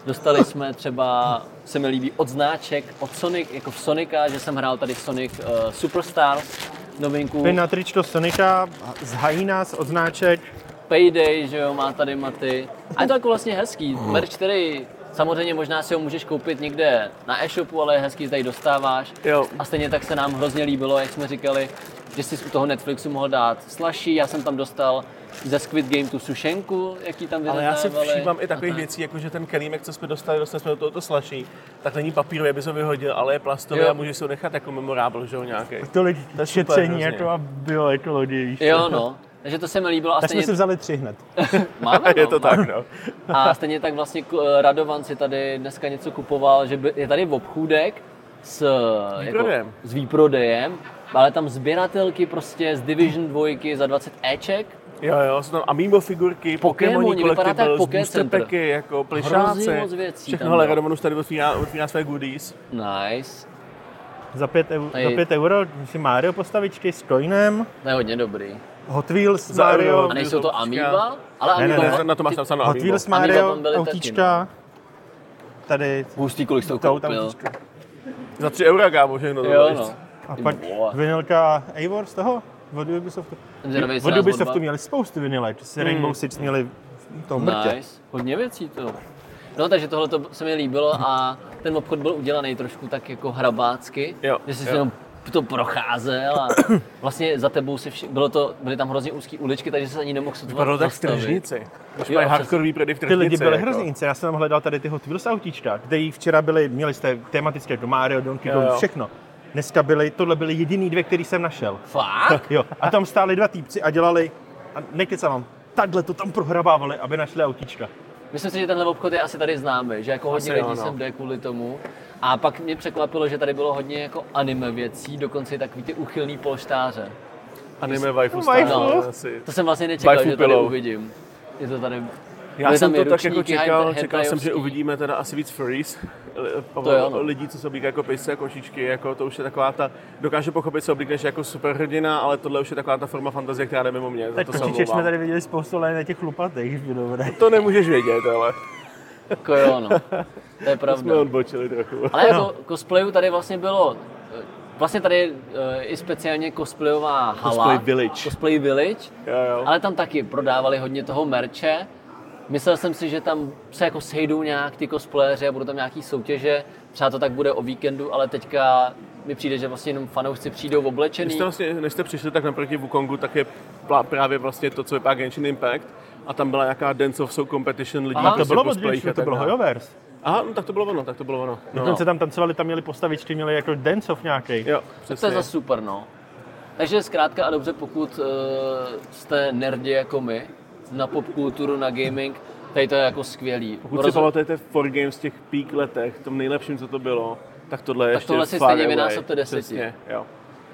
Speaker 1: Dostali jsme třeba, se mi líbí, od značek, od Sonic, jako v Sonika, že jsem hrál tady Sonic uh, Superstars, novinku.
Speaker 3: Pin na tričko Sonika, zhají nás od značek.
Speaker 1: Payday, že jo, má tady maty. A je to jako vlastně hezký.
Speaker 2: Hmm.
Speaker 1: Merch, který samozřejmě možná si ho můžeš koupit někde na e-shopu, ale je hezký, že tady dostáváš.
Speaker 2: Jo.
Speaker 1: A stejně tak se nám hrozně líbilo, jak jsme říkali, že jsi u toho Netflixu mohl dát slaší. Já jsem tam dostal ze Squid Game tu sušenku, jaký tam
Speaker 2: Ale já si
Speaker 1: vyřezávali.
Speaker 2: všímám i
Speaker 1: A
Speaker 2: takových
Speaker 1: tak.
Speaker 2: věcí, jako že ten kelímek, co jsme dostali, dostali jsme do tohoto slaší, tak není papírový, aby se ho vyhodil, ale je plastový
Speaker 1: Jo.
Speaker 2: a můžeš si ho nechat jako memorábl, že jo, nějaký.
Speaker 3: Tolik
Speaker 2: To je super,
Speaker 3: šetření
Speaker 2: hrozně.
Speaker 3: jako a bioekologie, víš.
Speaker 1: Jo, no. Takže to se mi líbilo. A
Speaker 3: Tak jsme
Speaker 1: stejně...
Speaker 3: si vzali tři hned.
Speaker 1: Máme, no,
Speaker 2: je to
Speaker 1: máme.
Speaker 2: tak, no.
Speaker 1: A stejně tak vlastně k- eh, Radovan si tady dneska něco kupoval, že by- je tady v obchůdek s, eh,
Speaker 2: Výprodejem.
Speaker 1: s výprodejem, ale tam sběratelky prostě z Division 2 za 20 Eček.
Speaker 2: Jo, jo, jsou tam amiibo figurky, Pokémoni,
Speaker 1: Pokémoni, vypadá to jak
Speaker 2: collectibles,
Speaker 1: Poké
Speaker 2: booster
Speaker 1: Center.
Speaker 2: packy, jako plišáci,
Speaker 1: moc věcí tam
Speaker 2: všechno,
Speaker 1: bylo.
Speaker 2: hele, Radovan už tady otvírá, otvírá své goodies.
Speaker 1: Nice.
Speaker 3: Za 5 eur,
Speaker 1: Tady-
Speaker 3: za pět euro si Mario postavičky s coinem,
Speaker 1: To je hodně dobrý.
Speaker 3: Hot Wheels
Speaker 2: Za euro.
Speaker 3: Mario,
Speaker 1: A nejsou to
Speaker 2: Dobříčka.
Speaker 1: Amiiba? Ale
Speaker 3: Ne,
Speaker 1: Amiiba.
Speaker 2: Ne, ne, na to máš napsáno
Speaker 3: Hot
Speaker 2: amiibo.
Speaker 3: Wheels
Speaker 1: Amiiba
Speaker 3: Mario,
Speaker 1: tam byly taky,
Speaker 3: autíčka, tady
Speaker 1: Hustý, kolik jsi to
Speaker 3: to, ta
Speaker 1: koupil.
Speaker 3: autíčka.
Speaker 2: Za 3 eura, kámo, všechno. to
Speaker 1: Jo,
Speaker 2: bylo.
Speaker 1: no.
Speaker 3: A
Speaker 1: Ty
Speaker 3: pak
Speaker 1: vole.
Speaker 3: vinilka Eivor z toho, od Ubisoftu.
Speaker 1: Jsem zvědavý, jestli
Speaker 3: Od
Speaker 1: nás
Speaker 3: Ubisoftu
Speaker 1: odba-
Speaker 3: měli spoustu vinilek, že si Rainbow Six měli v tom mrtě.
Speaker 1: Nice, hodně věcí to. No takže tohle to se mi líbilo a ten obchod byl udělaný trošku tak jako hrabácky,
Speaker 2: Jo,
Speaker 1: že jsi
Speaker 2: jo.
Speaker 1: jenom to procházel a vlastně za tebou se vši... bylo to, byly tam hrozně úzké uličky, takže se ani nemohl sotva
Speaker 2: Vypadalo tak v
Speaker 1: No, zastavit.
Speaker 2: tržnici. Už
Speaker 1: Jo,
Speaker 2: mají
Speaker 1: přes-
Speaker 2: hardcore výpredy v
Speaker 3: Ty
Speaker 2: tržnici.
Speaker 3: lidi byli
Speaker 2: jako.
Speaker 3: hrozně ince. Já jsem tam hledal tady ty Hot Wheels autíčka, který včera byly, měli jste tematické do Mario, Donkey
Speaker 2: Jo, jo.
Speaker 3: Kong, všechno. Dneska byly, tohle byly jediný dvě, který jsem našel.
Speaker 1: Fakt?
Speaker 3: Jo, a tam stáli dva týpci a dělali, a nekecám vám, takhle to tam prohrabávali, aby našli autíčka.
Speaker 1: Myslím si, že tenhle obchod je asi tady známý, že jako hodně
Speaker 2: Asi
Speaker 1: lidí
Speaker 2: jo, no.
Speaker 1: sem jde kvůli tomu. A pak mě překvapilo, že tady bylo hodně jako anime věcí, dokonce i takový ty uchylný polštáře.
Speaker 2: Anime waifu
Speaker 3: Waifu.
Speaker 2: style asi.
Speaker 1: To jsem vlastně nečekal,
Speaker 2: Waifu
Speaker 1: že tady
Speaker 2: pillow.
Speaker 1: uvidím. Je to tady...
Speaker 2: Já
Speaker 1: byly
Speaker 2: jsem
Speaker 1: tam i
Speaker 2: to tak jako
Speaker 1: ručníky,
Speaker 2: čekal,
Speaker 1: hentai-
Speaker 2: čekal jsem, že
Speaker 1: hentajovský.
Speaker 2: uvidíme teda asi víc furries,
Speaker 1: To jo, no.
Speaker 2: lidí, co se oblíká jako pejsci a kočičky, jako to už je taková ta, dokážu pochopit, co oblíkneš jako superhrdina, ale tohle už je taková ta forma fantazie, která jde mimo mě, za
Speaker 3: Tak
Speaker 2: to se
Speaker 3: určitě jsme
Speaker 2: omlouvám.
Speaker 3: tady viděli spoustu lidí na těch chlupatech, že dobré.
Speaker 2: To nemůžeš vědět, ale
Speaker 1: Jako jo, no. To je pravda.
Speaker 2: jsme odbočili No. trochu.
Speaker 1: Ale jako cosplayů tady vlastně bylo, eh, vlastně tady je i speciálně cosplayová hala.
Speaker 2: Cosplay Village.
Speaker 1: Cosplay Village,
Speaker 2: Jo, jo.
Speaker 1: ale tam taky prodávali hodně toho merče. Myslel jsem si, že tam se jako sejdou nějak ty cosplayeři a budou tam nějaký soutěže. Třeba to tak bude o víkendu, ale teďka mi přijde, že vlastně jenom fanoušci přijdou
Speaker 2: Když
Speaker 1: oblečený.
Speaker 2: jste, vlastně, než jste přišli, tak naproti Wukongu tak je plá- právě vlastně to, co vypadá Genshin Impact. A tam byla nějaká Dance of Soul competition lidí.
Speaker 1: Aha.
Speaker 2: prostě
Speaker 3: To bylo od
Speaker 2: cosplayích a
Speaker 3: Genshin, to
Speaker 2: tak
Speaker 3: bylo
Speaker 2: dále.
Speaker 3: Hojovers.
Speaker 2: Aha, no, tak to bylo ono, tak to bylo ono. No.
Speaker 3: Tam se tam tancovali, tam měli postavičky, měli jako dance-off nějaký.
Speaker 2: Jo,
Speaker 1: To
Speaker 2: přesně.
Speaker 1: je za super, no. Takže zkrátka a dobře, pokud uh, jste nerdi jako my, na popkulturu, na gaming, tady to je jako skvělý.
Speaker 2: Pokud si pamatujete For Games v těch peak letech, tom nejlepším, co to bylo, tak tohle je
Speaker 1: Tak
Speaker 2: ještě
Speaker 1: tohle si
Speaker 2: far
Speaker 1: stejně
Speaker 2: away.
Speaker 1: vynásobte deseti.
Speaker 2: Přesně, jo.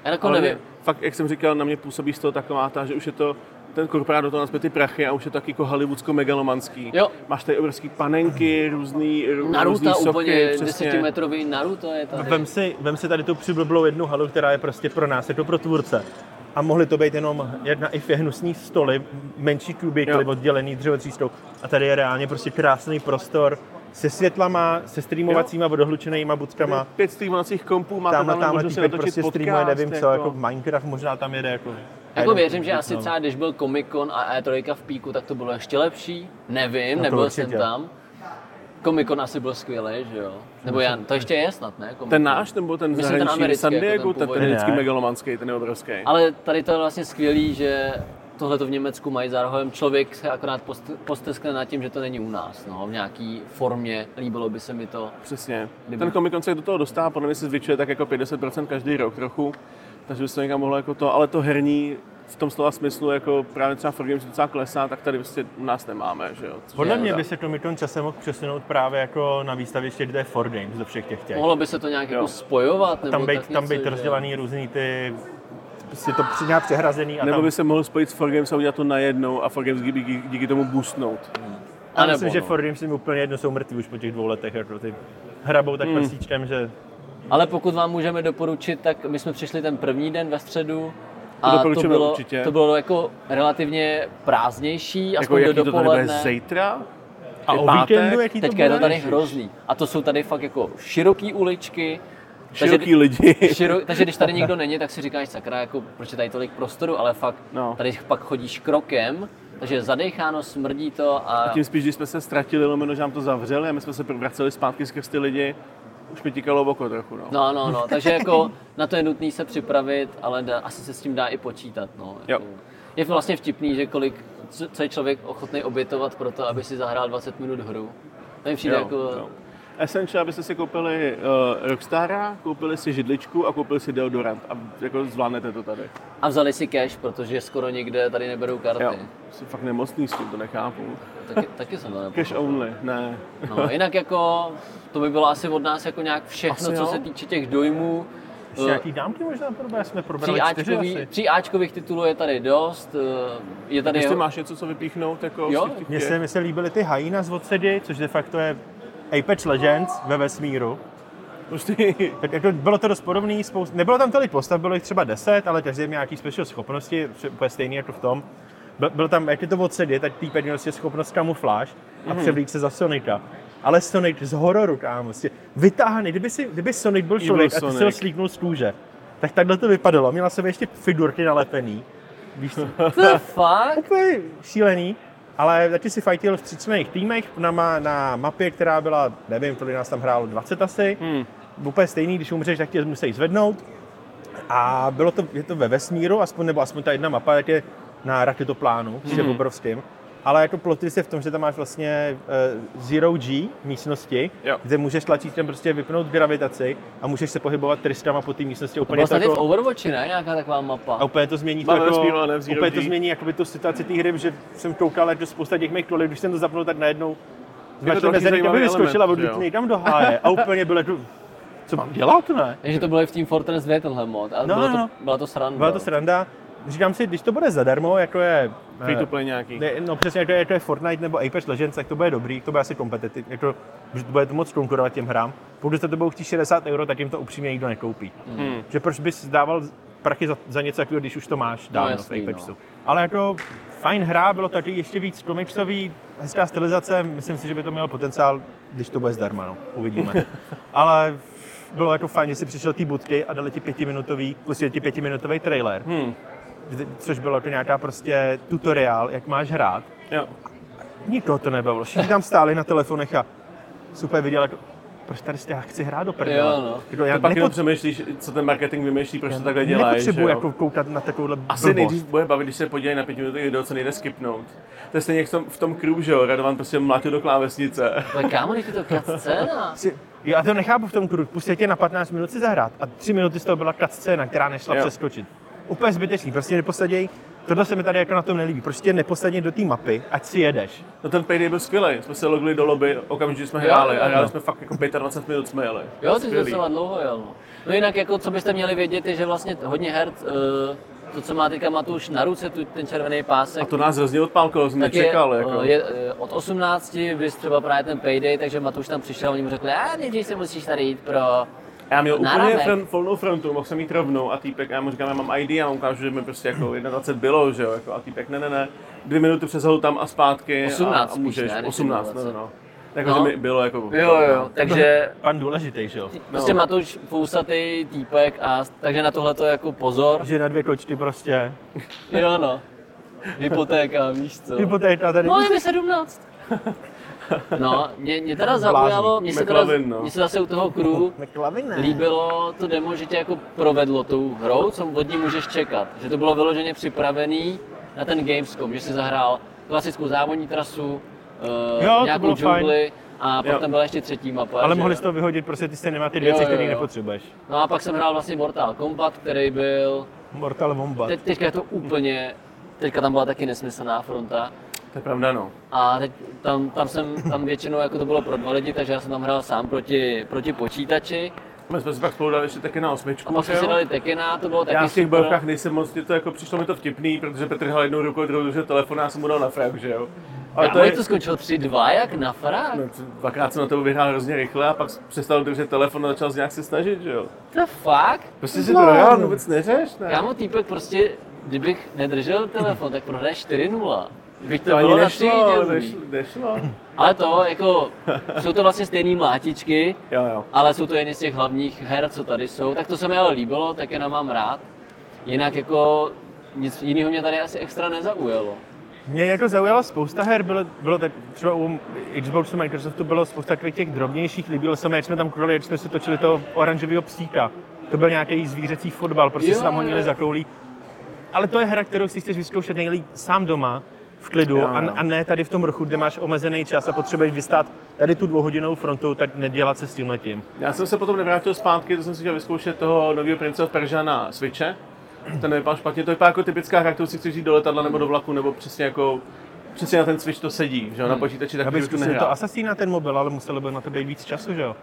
Speaker 1: Já jako nevím.
Speaker 2: mě- fakt, jak jsem říkal, na mě působí z toho taková ta, že už je to ten korporát do toho naspět ty prachy a už je to taky jako hollywoodsko-megalomanský.
Speaker 1: Jo.
Speaker 2: Máš tady obrovský panenky, různý, rů- různý
Speaker 1: Naruto
Speaker 2: sochy,
Speaker 1: úplně,
Speaker 2: přesně.
Speaker 1: desetimetrový Naruto je tady.
Speaker 3: Vem si, vem si tady tu přiblblou jednu halu, která je prostě pro nás, je to pro tvůrce. A mohly to být jenom jedna i hnusný stoly, menší kubikly
Speaker 2: Jo.
Speaker 3: oddělený dřevotřístou. A tady je reálně prostě krásný prostor se světlama, se streamovacíma, vodohlučenýma budkama.
Speaker 2: Pět streamovacích kompů, máte
Speaker 3: Tam
Speaker 2: tam,
Speaker 3: a
Speaker 2: tam
Speaker 3: tam
Speaker 2: možnost si
Speaker 3: týpek
Speaker 2: natočit
Speaker 3: prostě
Speaker 2: podcast,
Speaker 3: streamuje, nevím co, jako Minecraft možná tam jede jako... no.
Speaker 1: Jako
Speaker 3: I
Speaker 1: věřím,
Speaker 3: don't
Speaker 1: že asi
Speaker 2: No.
Speaker 3: know.
Speaker 1: třeba, když byl Comic Con a E3 v píku, tak to bylo ještě lepší. Nevím,
Speaker 2: No
Speaker 3: to
Speaker 1: nebyl
Speaker 3: určitě.
Speaker 1: jsem tam. Comic Con asi byl skvělý, že jo? Nebo já, to ještě je snad, ne? Comic-Con.
Speaker 2: Ten náš, nebo ten
Speaker 1: Myslím, ten
Speaker 2: zahraniční
Speaker 1: americký,
Speaker 2: San
Speaker 1: jako ten
Speaker 2: Diego, ten, ten
Speaker 1: původní.
Speaker 2: vždycky
Speaker 3: Ne.
Speaker 2: megalomanský, ten je obrovský.
Speaker 1: Ale tady to je vlastně skvělý, že tohle to v Německu mají zároveň. Člověk se akorát post- posteskne nad tím, že to není u nás, no, v nějaký formě. Líbilo by se mi to.
Speaker 2: Přesně.
Speaker 1: Kdyby-
Speaker 2: Ten Comic Con se do toho dostává, podle mě se zvětšuje tak jako 50% každý rok trochu, takže by se to někam mohlo jako to, ale to herní v tom slova smyslu, jako právě třeba For Games docela klesá, tak tady prostě u nás nemáme, že jo. Což
Speaker 3: Podle
Speaker 1: je,
Speaker 3: mě
Speaker 1: no.
Speaker 3: by se Comic Con časem mohl přesunout právě jako na výstaviště, kde je 4 Games do všech těch těch.
Speaker 1: Mohlo by se to nějak jako
Speaker 2: Jo.
Speaker 1: spojovat? Nebo
Speaker 3: Tam být,
Speaker 1: tak
Speaker 3: tam
Speaker 1: něco,
Speaker 3: být
Speaker 1: že-
Speaker 3: rozdělaný různý ty si to při- nějak přehrazený a
Speaker 2: Nebo
Speaker 3: tam
Speaker 2: by se mohl spojit s For Games a udělat to najednou a For Games díky, díky- díky tomu boostnout.
Speaker 1: A
Speaker 3: Já
Speaker 1: nebo,
Speaker 3: myslím, že
Speaker 1: no.
Speaker 3: Ford Dreams jim úplně jedno jsou mrtví už po těch dvou letech, jako ty hrabou tak prstíčkem, že
Speaker 1: Ale pokud vám můžeme doporučit, tak my jsme přišli ten první den ve středu
Speaker 2: To
Speaker 1: a to
Speaker 2: doporučujeme
Speaker 1: bylo,
Speaker 2: určitě.
Speaker 1: to bylo jako relativně prázdnější,
Speaker 2: Jako
Speaker 1: aspoň
Speaker 2: jaký
Speaker 1: do
Speaker 2: to tady bude
Speaker 1: dopoledne.
Speaker 2: zítra?
Speaker 3: a
Speaker 2: je
Speaker 3: o
Speaker 2: pátek,
Speaker 3: víkendu, jaký to
Speaker 1: Teďka
Speaker 3: bude?
Speaker 1: je to tady hrozný. A to jsou tady fakt jako široký uličky.
Speaker 2: Široký lidi.
Speaker 1: Širo, takže když tady nikdo není, tak si říkáš sakra, jako, proč je tady tolik prostoru, ale fakt
Speaker 2: No.
Speaker 1: no. tady pak chodíš krokem, takže je zadecháno, smrdí to a,
Speaker 2: A tím spíš, když jsme se ztratili, lomeno, že nám to zavřeli a my jsme se vraceli zpátky skrz ty lidi, už mi tikalo oko trochu, no.
Speaker 1: No, no, no, takže jako na to je nutný se připravit, ale da, asi se s tím dá i počítat, no. Jako,
Speaker 2: Jo.
Speaker 1: je vlastně vtipný, že kolik, co, co je člověk ochotný obětovat pro to, aby si zahrál 20 minut hru. To mi přijde jako...
Speaker 2: jo. Essential, abyste si koupili uh, Rockstara, koupili si židličku a koupili si deodorant a jako zvládnete to tady.
Speaker 1: A vzali si cash, protože skoro nikde tady neberou karty.
Speaker 2: Jo. Jsem fakt nemocný s tím, to nechápu.
Speaker 1: Taky, taky jsem to nepochopil.
Speaker 2: Cash only, ne.
Speaker 1: No, jinak jako, to by bylo asi od nás jako nějak všechno,
Speaker 2: Asi
Speaker 1: co
Speaker 2: jo.
Speaker 1: se týče těch dojmů.
Speaker 3: Ještě nějaký dámky možná probrali, jsme probrali čtyři
Speaker 1: Tříáčkový,
Speaker 3: asi.
Speaker 1: tříáčkových titulů je tady dost, eh, je tady...
Speaker 2: Jestli máš něco, co vypíchnout, jako
Speaker 1: Jo.
Speaker 2: z těch- těch
Speaker 3: Mně
Speaker 2: pět?
Speaker 3: se, mně se líbily ty Hyena z odsedy, což de facto je Apex Legends ve vesmíru.
Speaker 2: Už ty-
Speaker 3: Tak jako bylo to dost podobný, spoust... nebylo tam tolik postav, bylo jich třeba 10, ale každý měl nějaký special schopnosti, pře- úplně stejný jako v tom. Byl, byl tam, jak je to od sedy, tak týpek měl prostě schopnost kamufláž a
Speaker 2: Mhm.
Speaker 3: převlík se za Sonika. Ale Sonic z hororu, kámo, prostě vytáhaný, kdyby, si, kdyby Sonic byl
Speaker 2: Evil
Speaker 3: člověk a ty si ho
Speaker 2: Sonic.
Speaker 3: slíknul z kůže, tak takhle to vypadalo, měla sobě ještě figurky nalepený, víš co?
Speaker 1: The fuck?
Speaker 3: úplně šílený, ale taky si fajtil v tříčlenných týmech na, ma- na mapě, která byla, nevím, kolik nás tam hrálo, 20 asi. Hmm. Úplně stejný, když umřeš, tak tě musí zvednout. A bylo to, je to ve vesmíru, aspoň, nebo aspoň ta jedna mapa, tak je na raketoplánu, s hmm. obrovským. Ale jako ploty se v tom, že tam máš vlastně uh, Zero G místnosti,
Speaker 2: Jo.
Speaker 3: kde můžeš tlačítkem prostě vypnout gravitaci a můžeš se pohybovat tristama po té místnosti. Úplně
Speaker 1: Byla
Speaker 3: to
Speaker 1: tady
Speaker 3: jako-
Speaker 1: v Overwatchi, ne? Nějaká taková
Speaker 3: a
Speaker 1: mapa.
Speaker 3: úplně to změní, to
Speaker 2: Máme
Speaker 3: jako,
Speaker 2: Spiro, ne, v Zero
Speaker 3: úplně
Speaker 2: G.
Speaker 3: to změní jakoby tu situaci té hry, že jsem koukal jako spousta těch mých kolegů, když jsem to zapnul, tak najednou
Speaker 2: trochu
Speaker 3: zmačil mezerek, aby
Speaker 2: zajímavý
Speaker 3: vyskočil a
Speaker 2: element,
Speaker 3: odjít
Speaker 2: jo.
Speaker 3: někam do háje. A úplně bylo jako, co mám dělat, ne?
Speaker 1: Takže to bylo i v Team Fortress 2 tenhle mod. A
Speaker 3: No,
Speaker 1: bylo
Speaker 3: no, no.
Speaker 1: to, byla to sranda.
Speaker 3: Byla to sranda. Říkám si, když to bude zadarmo, jako je...
Speaker 2: Free to
Speaker 3: eh,
Speaker 2: play nějaký.
Speaker 3: ne, No přesně, jako je, jako je Fortnite nebo Apex Legends, tak to bude dobrý, to bude asi kompetitiv, jako, že to bude to moc konkurovat těm hrám. Pokud to budou chtít 60 euro, tak jim to upřímně nikdo nekoupí. Hmm. Že proč bys dával prachy za, za něco takového, když už to máš dávno no,
Speaker 1: jasný,
Speaker 3: v Apexu. No. Ale jako fajn hra, bylo taky ještě víc komiksový, hezká stylizace, myslím si, že by to mělo potenciál, když to bude zdarma, no. uvidíme. Ale bylo jako fajn, že si přišel ty budky a dali ti pětiminutový, pustili ti pětiminutový trailer. Hmm. Což bylo jako nějaká prostě tutoriál, jak máš hrát.
Speaker 2: Jo.
Speaker 3: Nikoho to nebavilo. Všichni tam stáli na telefonech a super viděl, jako, proč tady jste, já chci hrát do prdele.
Speaker 1: Jo, no.
Speaker 3: Jako,
Speaker 2: Já
Speaker 3: já
Speaker 2: pak jenom
Speaker 3: nepot,
Speaker 2: přemýšlíš, co ten marketing vymýšlí, proč to takhle dělají. že jo?
Speaker 3: nepotřebuji jako koukat na takovouhle
Speaker 2: Asi nejdřív bude bavit, když se podívají na pětiminutový video, co nejde skipnout. To je stejně jak v tom, v tom crew, že jo, Radovan prostě mlátil do klávesnice.
Speaker 1: Ale kámo, teď je to cutscéna.
Speaker 3: Si- Já to nechápu v tom kruhu, pustě tě na 15 minut si zahrát a 3 minuty z toho byla scéna, která nešla
Speaker 2: Jo.
Speaker 3: přeskočit. Úplně zbytečný, prostě neposaděj. Tohle se mi tady jako na tom nelíbí. Prostě neposaděj do té mapy, ať si jedeš.
Speaker 2: No ten payday byl skvělý, jsme se logli do lobby, okamžitě jsme
Speaker 1: Jo,
Speaker 2: hráli
Speaker 1: jo,
Speaker 2: a hráli
Speaker 1: jo.
Speaker 2: jsme fakt jako 25 minut jsme jeli.
Speaker 1: Jo, ty jsi
Speaker 2: Skvělý.
Speaker 1: docela dlouho jel. no. No jinak, jako, co byste měli vědět, je, že vlastně hodně her, eh, to, co má teďka Matuš na ruce, tu, ten červený pásek,
Speaker 2: A to nás hrozně odpálkalo, jsem
Speaker 1: tak je,
Speaker 2: nečekal.
Speaker 1: eh,
Speaker 2: jako.
Speaker 1: je, eh, od 18, bys třeba právě ten payday, takže Matuš tam přišel, oni mu řekli, a nejdřív si musíš tady jít pro
Speaker 2: A já měl
Speaker 1: na
Speaker 2: úplně
Speaker 1: rámek."
Speaker 2: front, volnou frontu, mohl jsem jít rovnou a týpek, a já mu říkám, já mám ID, já mu ukážu, že mi prostě jako 21 bylo, že jo, jako, a týpek, ne, ne, ne, dvě minuty přes holu tam a zpátky
Speaker 1: 18
Speaker 2: a, a
Speaker 1: spíš,
Speaker 2: můžeš,
Speaker 1: ne, než
Speaker 2: 18, no,
Speaker 1: 21.
Speaker 2: no. Jako,
Speaker 1: No.
Speaker 2: že mi bylo jako...
Speaker 1: takže
Speaker 3: Pan důležitý, že jo?
Speaker 1: prostě Matuš fousatý týpek a takže na tohle to jako pozor,
Speaker 3: Že na dvě kočty prostě.
Speaker 1: jo no, hypotéka, víš co.
Speaker 3: Hypotéka tady.
Speaker 1: No, je mi 17. No, mě, mě teda zaujalo, mě se, teda,
Speaker 2: McLovin, no.
Speaker 1: mě se zase u toho kru
Speaker 3: Klavine.
Speaker 1: líbilo to demo, že tě jako provedlo tou hrou, co od ní můžeš čekat. Že to bylo vyloženě připravený na ten Gamescom, že si zahrál klasickou závodní trasu, eh,
Speaker 3: Jo, to
Speaker 1: nějakou
Speaker 3: bylo fajn.
Speaker 1: džungli a
Speaker 2: Jo.
Speaker 1: pak tam byla ještě třetí mapa.
Speaker 3: Ale
Speaker 1: že
Speaker 3: mohli
Speaker 1: jo.
Speaker 3: z toho vyhodit prostě ty cinematy, ty
Speaker 1: Jo,
Speaker 3: věci,
Speaker 1: jo,
Speaker 3: které
Speaker 1: jo.
Speaker 3: nepotřebuješ.
Speaker 1: No a pak jsem hrál vlastně Mortal Kombat, který byl,
Speaker 3: Mortal Wombat.
Speaker 1: teď, teďka je to úplně, teďka tam byla taky nesmyslná fronta.
Speaker 2: To je pravda, no.
Speaker 1: A teď tam, tam jsem, tam většinou jako to bylo pro dva lidi, takže já jsem tam hrál sám proti, proti počítači.
Speaker 2: My jsme si pak spolu dali ještě taky na
Speaker 1: A
Speaker 2: osmičku,
Speaker 1: pak jsme
Speaker 2: že
Speaker 1: si
Speaker 2: jo?
Speaker 1: dali Tekena, to bylo taky
Speaker 2: Já v těch
Speaker 1: super.
Speaker 2: bojovkách nejsem moc, je to jako přišlo mi to vtipný, protože Petr hrál jednou rukou, druhou držel telefon a já jsem mu dal na frak, že jo. Ale
Speaker 1: Kámo, jak to skončilo 3-2, jak na frak?
Speaker 2: no, to- dvakrát jsem na to vyhrál hrozně rychle a pak přestal držet telefon a začal nějak se snažit, že jo.
Speaker 1: The fuck?
Speaker 2: Prostě
Speaker 1: No.
Speaker 2: si to hrál, vůbec neřeš, ne?
Speaker 1: Kámo, týpek prostě, kdybych nedržel telefon, tak prohraje 4-0. Kdybych to,
Speaker 2: to ani
Speaker 1: bylo na
Speaker 2: nešlo,
Speaker 1: tři
Speaker 2: nešlo, nešlo.
Speaker 1: Ale to, jako, jsou to vlastně stejné mlátičky,
Speaker 2: Jo, jo.
Speaker 1: ale jsou to jedny z těch hlavních her, co tady jsou. Tak to se mi ale líbilo, tak jenom mám rád. Jinak jako nic jiného mě tady asi extra nezaujalo.
Speaker 3: Mě jako zaujala spousta her, bylo, bylo tak, třeba u Xboxu, Microsoftu bylo spousta takových těch drobnějších, líbilo se mi, jak jsme tam kroli, jak jsme si točili toho oranžového psíka. To byl nějaký zvířecí fotbal, prostě
Speaker 1: Jo,
Speaker 3: se tam honili
Speaker 1: jo.
Speaker 3: za koulí. Ale to je hra, kterou si chceš vyzkoušet nejlíp sám doma, v klidu,
Speaker 2: Jo,
Speaker 3: a,
Speaker 2: jo.
Speaker 3: a, ne tady v tom ruchu, kde máš omezený čas a potřebuješ vystát tady tu dvouhodinovou frontu, tak nedělat se s tím letím.
Speaker 2: Já jsem se potom nevrátil zpátky, to jsem si chtěl vyzkoušet toho nového prince of Persia na Switche. Ten nevypadá špatně, to vypadá jako typická hra, kterou si chceš jít do letadla nebo do vlaku, nebo přesně jako Přesně na ten Switch
Speaker 1: Hmm.
Speaker 2: to sedí, že jo, na počítači
Speaker 3: Já
Speaker 2: tak
Speaker 3: bych
Speaker 2: bych to
Speaker 3: zkusil to
Speaker 2: nehrál.
Speaker 3: Assassina ten mobil, ale muselo by na to být víc času, že jo?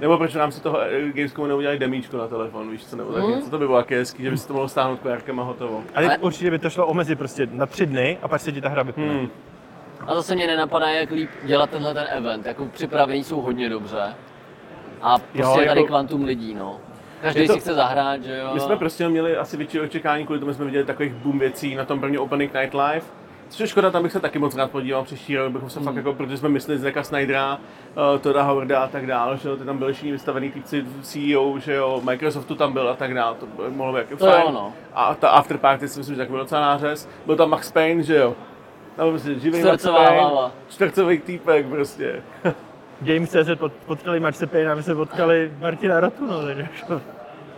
Speaker 2: Nebo proč nám si toho eh, Gamescomu neudělali demíčko na telefon, víš co, nebo tak něco, to by bylo taky hezký, že by si to mohl stáhnout kojarkem a hotovo.
Speaker 3: Ale,
Speaker 1: Ale-
Speaker 3: určitě by to šlo omezit prostě na tři dny a pak se ti ta hra vypne. Hmm.
Speaker 1: A zase mě nenapadá, jak líp dělat tenhle ten event. Jako připravení jsou hodně dobře. A prostě
Speaker 2: Jo,
Speaker 1: jo, je tady
Speaker 2: jako-
Speaker 1: kvantum lidí, no. Každý
Speaker 2: Je to-
Speaker 1: si chce zahrát, že jo.
Speaker 2: My jsme prostě měli asi větší očekávání, kvůli tomu jsme viděli takových boom věcí na tom první Opening Night Live. Což je škoda, tam bych se taky moc rád podíval příští rok, bychom se
Speaker 1: Hmm.
Speaker 2: fakt jako, protože jsme mysleli Zeka Snydera, uh, Toda Howarda a tak dál, že jo, ty tam byli všichni vystavený týpci CEO, že jo, Microsoftu tam byl a tak dál, to by- mohlo být jako
Speaker 1: To
Speaker 2: fajn.
Speaker 1: jo, no.
Speaker 2: A ta after party si myslím, že taky byl docela nářez. Byl tam Max Payne, že jo. Tam byl prostě živý Max
Speaker 1: Čtvercová
Speaker 2: Payne,
Speaker 1: hlava.
Speaker 2: čtvercový týpek prostě.
Speaker 3: Game.cz pod, potkali Mačce Pejna, my jsme potkali Martina Ratu, no, takže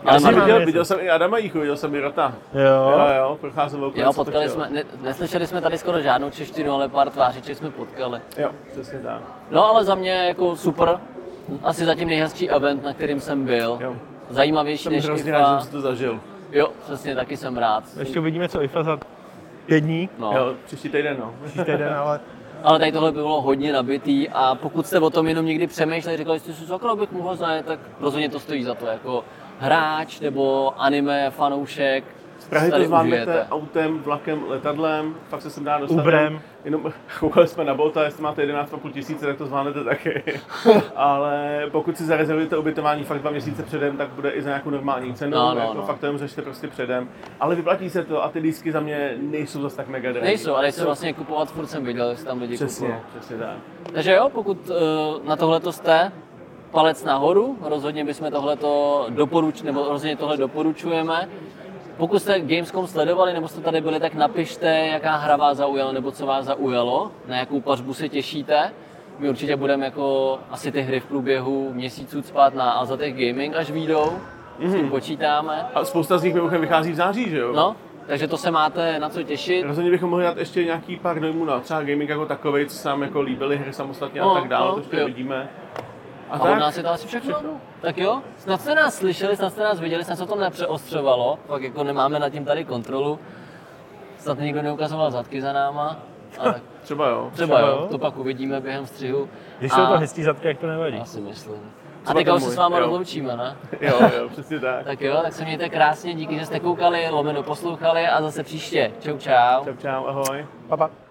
Speaker 1: Ale
Speaker 2: Já jsem
Speaker 1: Martin-
Speaker 2: viděl, viděl jsem i Adama Jichu, viděl jsem i Rata.
Speaker 3: Jo.
Speaker 2: jo, jo procházel okolo,
Speaker 1: Jo,
Speaker 2: co to
Speaker 1: potkali
Speaker 2: chtěl.
Speaker 1: jsme, ne, neslyšeli jsme tady skoro žádnou češtinu, ale pár tvářiček jsme potkali.
Speaker 2: Jo, přesně tak.
Speaker 1: No ale za mě jako super. Asi zatím nejhezčí event, na kterým jsem byl.
Speaker 2: Jo.
Speaker 1: Zajímavější
Speaker 2: Jsem
Speaker 1: než
Speaker 2: hrozně rád, že
Speaker 1: IFA.
Speaker 2: jsem si to zažil.
Speaker 1: Jo, přesně, taky jsem rád.
Speaker 3: Ještě uvidíme, co IFA za pět dní,
Speaker 1: No.
Speaker 2: Jo, příští týden, no.
Speaker 3: příští týden, ale
Speaker 1: Ale tady tohle bylo hodně nabitý a pokud jste o tom jenom někdy přemýšleli, říkali jste si, sakra bych mohl zajet, tak rozhodně to stojí za to. Jako hráč nebo anime, fanoušek,
Speaker 2: Z Prahy to
Speaker 1: tady
Speaker 2: zvládnete
Speaker 1: užijete.
Speaker 2: autem, vlakem, letadlem, pak se sem dá dostat.
Speaker 3: Uberem.
Speaker 2: Jenom koukali jsme na Bolta, jestli máte 11,5 tisíce, tak to zvládnete taky. Ale pokud si zarezervujete ubytování fakt dva měsíce předem, tak bude i za nějakou normální cenu.
Speaker 1: No, no,
Speaker 2: jako
Speaker 1: no.
Speaker 2: Fakt to jenom řešte prostě předem. Ale vyplatí se to a ty lísky za mě nejsou zas tak mega drahé.
Speaker 1: Nejsou, ale se vlastně kupovat furt jsem viděl, jestli tam lidi kupují.
Speaker 2: Přesně, přesně tak.
Speaker 1: Takže No, jo, pokud eh, na tohle to jste, palec nahoru, rozhodně bychom tohle doporuč, nebo rozhodně tohle doporučujeme. Pokud jste Gamescom sledovali nebo jste tady byli, tak napište, jaká hra vás zaujala nebo co vás zaujalo, na jakou pařbu se těšíte. My určitě budeme jako asi ty hry v průběhu měsíců spát na Alzatech Gaming, až výjdou. S tím počítáme.
Speaker 2: A spousta z nich mimochodem vychází v září, že jo?
Speaker 1: No, takže to se máte na co těšit.
Speaker 2: Rozhodně bychom mohli dát ještě nějaký pár dojmů na třeba gaming jako takový, co se nám jako líbily hry samostatně
Speaker 1: No,
Speaker 2: a tak dále,
Speaker 1: no,
Speaker 2: to ještě
Speaker 1: jo.
Speaker 2: vidíme. A,
Speaker 1: A od nás je to asi všechno. Tak jo, snad jste nás slyšeli, snad jste nás viděli, snad se to nepřeostřovalo, pak jako nemáme nad tím tady kontrolu. Snad někdo neukazoval zadky za náma. A tak
Speaker 2: Třeba jo.
Speaker 1: třeba jo,
Speaker 3: jo.
Speaker 1: to pak uvidíme během střihu.
Speaker 3: když
Speaker 1: A-
Speaker 3: jsou to hezký zadky, jak to nevadí.
Speaker 1: Já si myslím. A
Speaker 2: Třeba
Speaker 1: teďka
Speaker 2: ten
Speaker 1: už se
Speaker 2: můj,
Speaker 1: s váma
Speaker 2: jo.
Speaker 1: rozloučíme, ne?
Speaker 2: Jo, jo, přesně tak.
Speaker 1: Tak jo, tak se mějte krásně, díky, že jste koukali, lomeno poslouchali a zase příště. Čau, čau.
Speaker 2: Čau, čau, ahoj.
Speaker 3: Pa, pa.